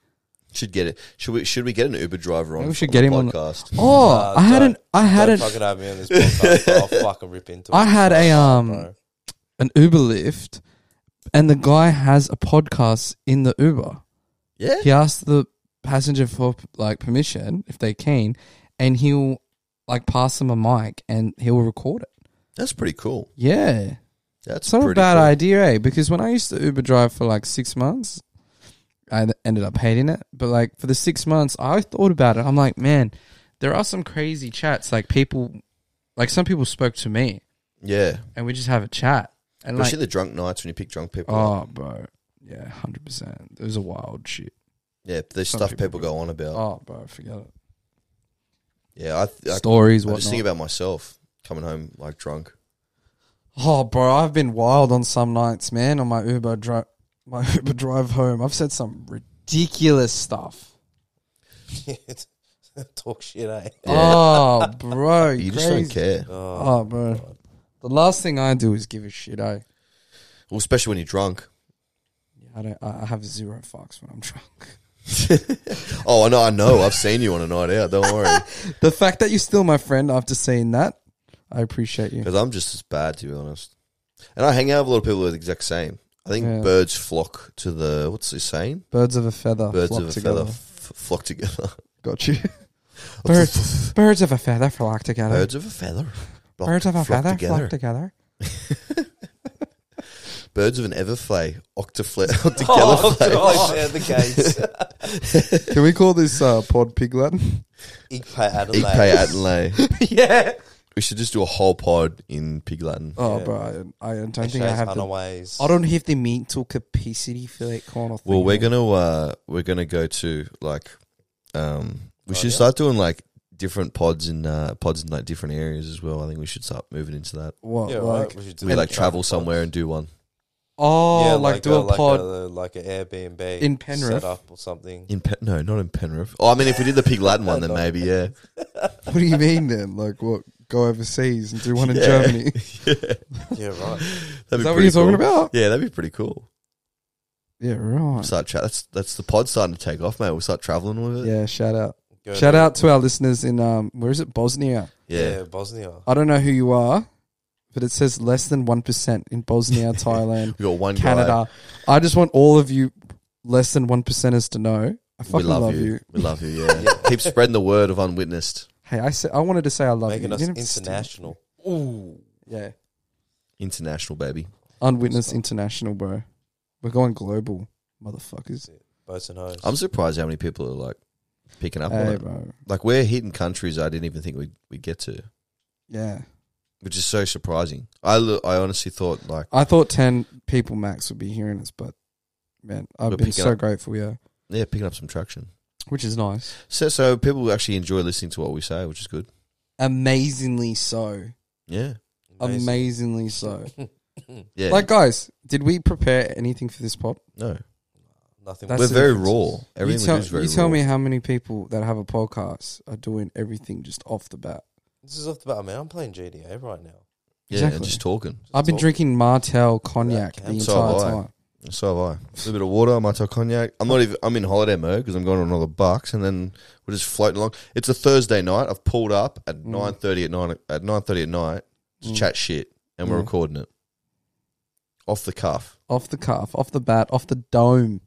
Should get it. Should we? Should we get an Uber driver on?
Maybe we should
on
get
the
him on the-
podcast.
Oh,
Nah,
I had
don't-
an I had
Don't
an
fucking have me on this podcast. I'll fucking rip into it.
I had a um
bro.
an Uber lift, and the guy has a podcast in the Uber.
yeah.
He asked the passenger for like permission if they can, and he'll like pass them a mic and he'll record it.
that's pretty cool.
Yeah,
That's
it's not a
pretty
bad
cool.
idea, eh? Because when I used to Uber drive for like six months, I th- ended up hating it. But like for the six months, I thought about it. I'm like, man, there are some crazy chats. Like people, like some people spoke to me,
Yeah,
and we just have a chat. And like,
especially the drunk nights when you pick drunk people. up.
oh, bro, yeah, hundred percent. It was a wild shit.
Yeah, there's
Some
stuff
people
people go on about.
Oh, bro, forget it.
Yeah, I, th- I,
Stories,
I just
whatnot.
think about myself coming home like drunk.
oh, bro, I've been wild on some nights, man. On my Uber drive, my Uber drive home, I've said some ridiculous stuff.
Talk shit, eh?
Oh, bro, you
You
crazy.
just don't care.
Oh, bro. The last thing I do is give a shit. eh? I,
Well, especially when you're drunk.
I don't. I I have zero fucks when I'm drunk.
Oh, I know. I know. I've seen you on a night out. Don't worry,
The fact that you're still my friend after seeing that, I appreciate you.
because I'm just as bad to be honest. And I hang out with a lot of people who are the exact same. I think
Yeah.
birds flock to the what's the saying?
Birds of a feather
Birds
flock
of a
together.
feather f- flock together.
Got you. Birds, birds of a feather flock together.
Birds of a feather. flock-
birds of a
flock
feather
together.
flock together.
Birds of an everflay, octofle,
Oh,
octogelaflay.
God, yeah, the gates.
Can we call this uh, pod piglet?
Igpay Adelaide.
Igpe Atenlay.
yeah.
We should just do a whole pod in Pig Latin.
Oh,
Yeah.
bro, I, I don't think I
Shows
have. The,
unaways.
I don't have the mental capacity for that kind of thing.
Well, we're gonna uh, we're gonna go to like um, we
Oh,
should
yeah?
start doing like different pods in uh, pods in like different areas as well. I think we should start moving into that.
What,
Yeah,
like,
right. should do
We
that.
like travel somewhere and do one
oh,
Yeah,
like, do a, pod.
like a, like an Airbnb
in Penrith.
set up or something.
in Pe- no, not in Penrith. Oh, I mean, if we did the Pig Latin one, then
No.
maybe yeah.
What do you mean then? Like what? Go overseas and do one in
Yeah.
Germany? Is
Yeah,
that
That'd
right.
what
pretty
you're talking
cool.
about?
Yeah, that'd be pretty cool.
Yeah, right.
Start tra- that's that's the pod starting to take off, mate. We'll start traveling with it.
Yeah, shout out.
Go
Shout
to-
out to our listeners in um where is it? Bosnia.
Yeah,
yeah.
Bosnia.
I don't know who you are, but it says less than one percent in Bosnia, Thailand,
We got one Guy.
Canada. I just want all of you less than one percenters to know. I fucking
We love,
love,
you.
you.
We love you. Yeah. Keep spreading the word of unwitnessed
Hey, I said I wanted to say I love
Making
you.
us
You know, it's-
international.
Ooh. Yeah.
international baby.
Unwitnessed international, bro. We're going global, motherfuckers.
Boats and
Oh,
hoes.
I'm surprised how many people are like picking up on
Hey,
it.
bro.
Like we're hitting countries I didn't even think we'd we'd get to,
Yeah.
which is so surprising. I lo- I honestly thought like
I thought ten people max would be hearing us, but man, I've
We're
been
picking
so
up.
grateful, yeah.
yeah, picking up some traction.
Which is nice.
So so people actually enjoy listening to what we say, which is good.
Amazingly so.
Yeah,
Amazingly so.
yeah.
Like guys, did we prepare anything for this pod?
no,
Nothing.
That's
we're
the
very
difference.
raw. Everything
you tell,
we do is very
you tell
raw.
me how many people that have a podcast are doing everything just off the bat.
This is off the bat, man. I'm playing GTA right now.
yeah, and
Exactly.
just talking.
Just
I've been
talk.
drinking Martel cognac the
counts.
So
entire
have I.
time.
So have I. A little bit of water, my top cognac. I'm not even. I'm in holiday mode because I'm going on another bucks, and then we're just floating along. It's a Thursday night. I've pulled up at nine thirty at night at nine thirty at night to
Mm.
chat shit, and we're
Yeah.
recording it off the cuff.
Off the cuff, off the bat, off the dome.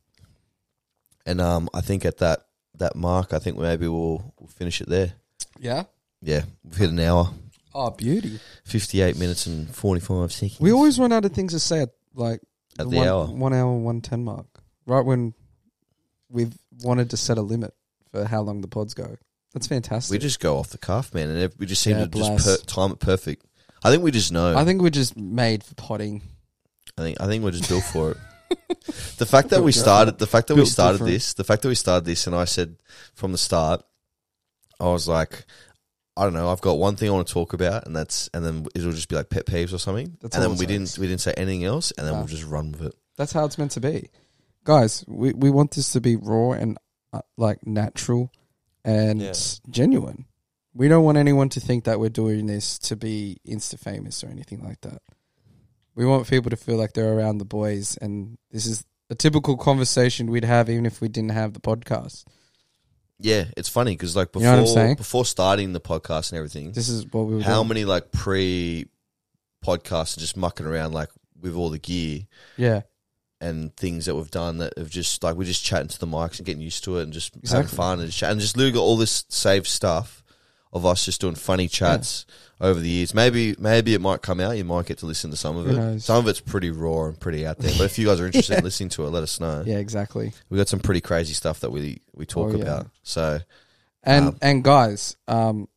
And um, I think at that that mark, I think maybe we'll we'll finish it there.
Yeah.
Yeah, we've hit an hour,
Oh, beauty.
fifty eight minutes and forty five seconds.
We always run out of things to say at like
At the
one,
hour.
one hour, one ten mark, right when we've wanted to set a limit for how long the pods go. That's fantastic.
we just go off the cuff, man, and it- we just seem
Yeah,
to just per,
bless.
time it perfect. I think we just know.
I think we're just made for potting.
I think I think we're just built for it. The fact that we started, the fact that we
Built
started
different.
this, the fact that we started this, and I said from the start, I was like, I don't know, I've got one thing I want to talk about, and that's, and then it'll just be like pet peeves or something,
That's
and
all
then
it
we didn't
takes.
we didn't say anything else, and then
Nah.
we'll just run with it.
That's how it's meant to be, guys. We we want this to be raw and uh, like natural and
Yeah.
genuine. We don't want anyone to think that we're doing this to be insta famous or anything like that. We want people to feel like they're around the boys, and this is a typical conversation we'd have even if we didn't have the podcast.
yeah, it's funny because like
You
before
know what I'm saying?
before starting the podcast and everything,
This is what we were
how
doing.
many like pre podcasts just mucking around like with all the gear
Yeah.
and things that we've done that have just like we're just chatting to the mics and getting used to it and just having
Exactly.
fun and just chat and just literally got all this saved stuff of us just doing funny chats over the years. Maybe maybe it might come out. You might get to listen to some of
Who
it.
knows?
Some of it's pretty raw and pretty out there. But if you guys are interested in listening to it, let us know.
Yeah, exactly.
We got some pretty crazy stuff that we we talk
Oh, yeah.
about. So
And
Um,
and guys, um,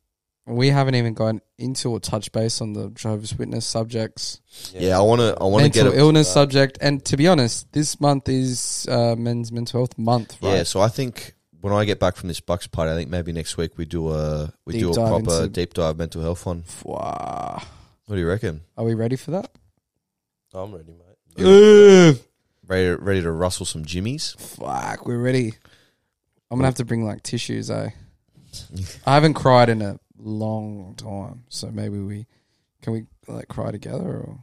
we haven't even gone into or touched base on the Jehovah's Witness subjects,
yeah, I want to I want to get
mental
it.
illness
uh,
subject. And to be honest, this month is uh, Men's Mental Health Month, right?
Yeah, so I think when I get back from this Bucks party, I think maybe next week we do a we
Deep
do a
dive
proper
into-
deep dive mental health one.
Wow.
What do you reckon?
Are we ready for that?
I'm ready, mate.
Ready to, ready to rustle some jimmies?
Fuck, we're ready. I'm gonna have to bring like tissues. I I haven't cried in a long time, so maybe we can we like cry together or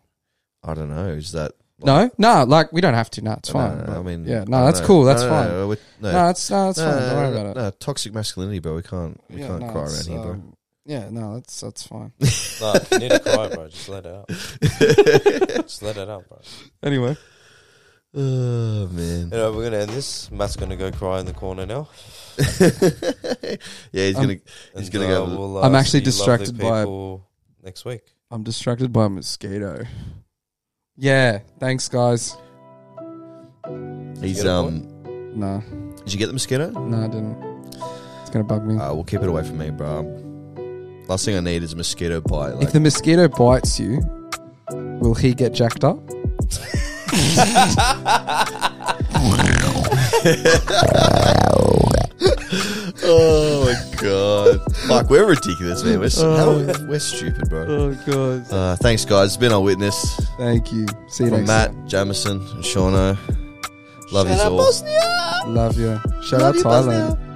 I don't know. Is that
no, no, like we don't have to. No, it's fine.
No, no,
but-
I mean,
yeah,
I
no, that's
don't know.
cool. That's
No,
fine.
No, no, we- no,
No, it's no, it's
no,
fine. Don't worry
no,
about it.
no, toxic masculinity, bro. We can't we can't
no,
cry around
it's,
here, bro.
um, Yeah, no, that's that's fine.
No, you need to cry, bro. Just let it out. Just let it out, bro.
anyway,
Oh man.
You know, we're gonna end this. Matt's gonna go cry in the corner now.
yeah, he's
Um,
gonna He's gonna go-
uh, we'll,
I'm actually
see lovely
distracted by-
people next week.
I'm distracted by a mosquito. Yeah, thanks guys.
he's
get a
um.
No,
Did you get the mosquito?
no, I didn't. It's gonna bug me.
Uh, we'll keep it away from me, bro. Last thing I need is a mosquito bite. Like,
if the mosquito bites you, will he get jacked up?
oh my god! Fuck, we're ridiculous, man. We're s how, we're stupid, bro.
Oh god.
Uh, thanks, guys. It's been our witness
Thank you. See you
from
next
Matt,
time.
Jamison, and Shauno. Love you all.
Love you. Shout out Thailand.